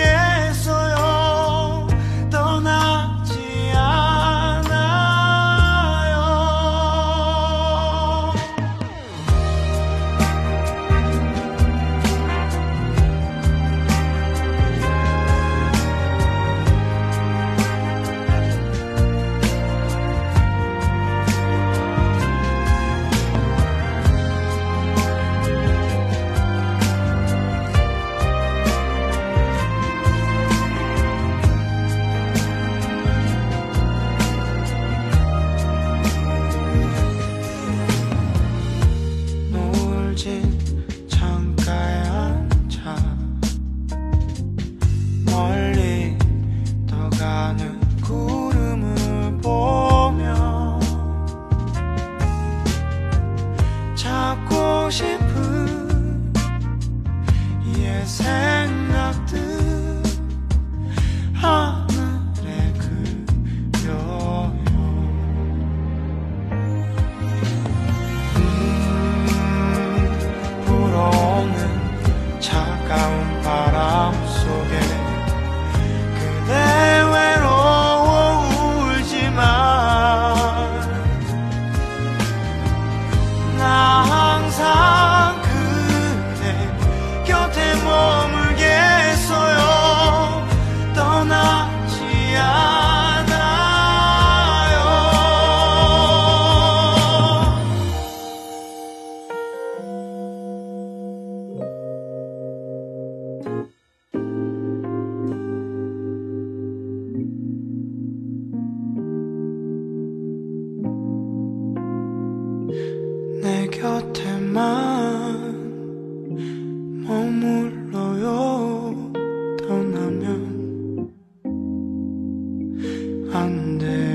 D: 어요 떠나지 않아요 노을진 창가에 앉아 멀리 떠가는 구름을 보며 찾고 싶은 이의 생각들 하늘에 그려요 음, 불어오는 차가운 바람 속에 그대 외로워 울지만 나 항상 그대 곁에 머물겠어요 떠나지 않아요 내 곁에만 머물러요 떠나면 안 돼요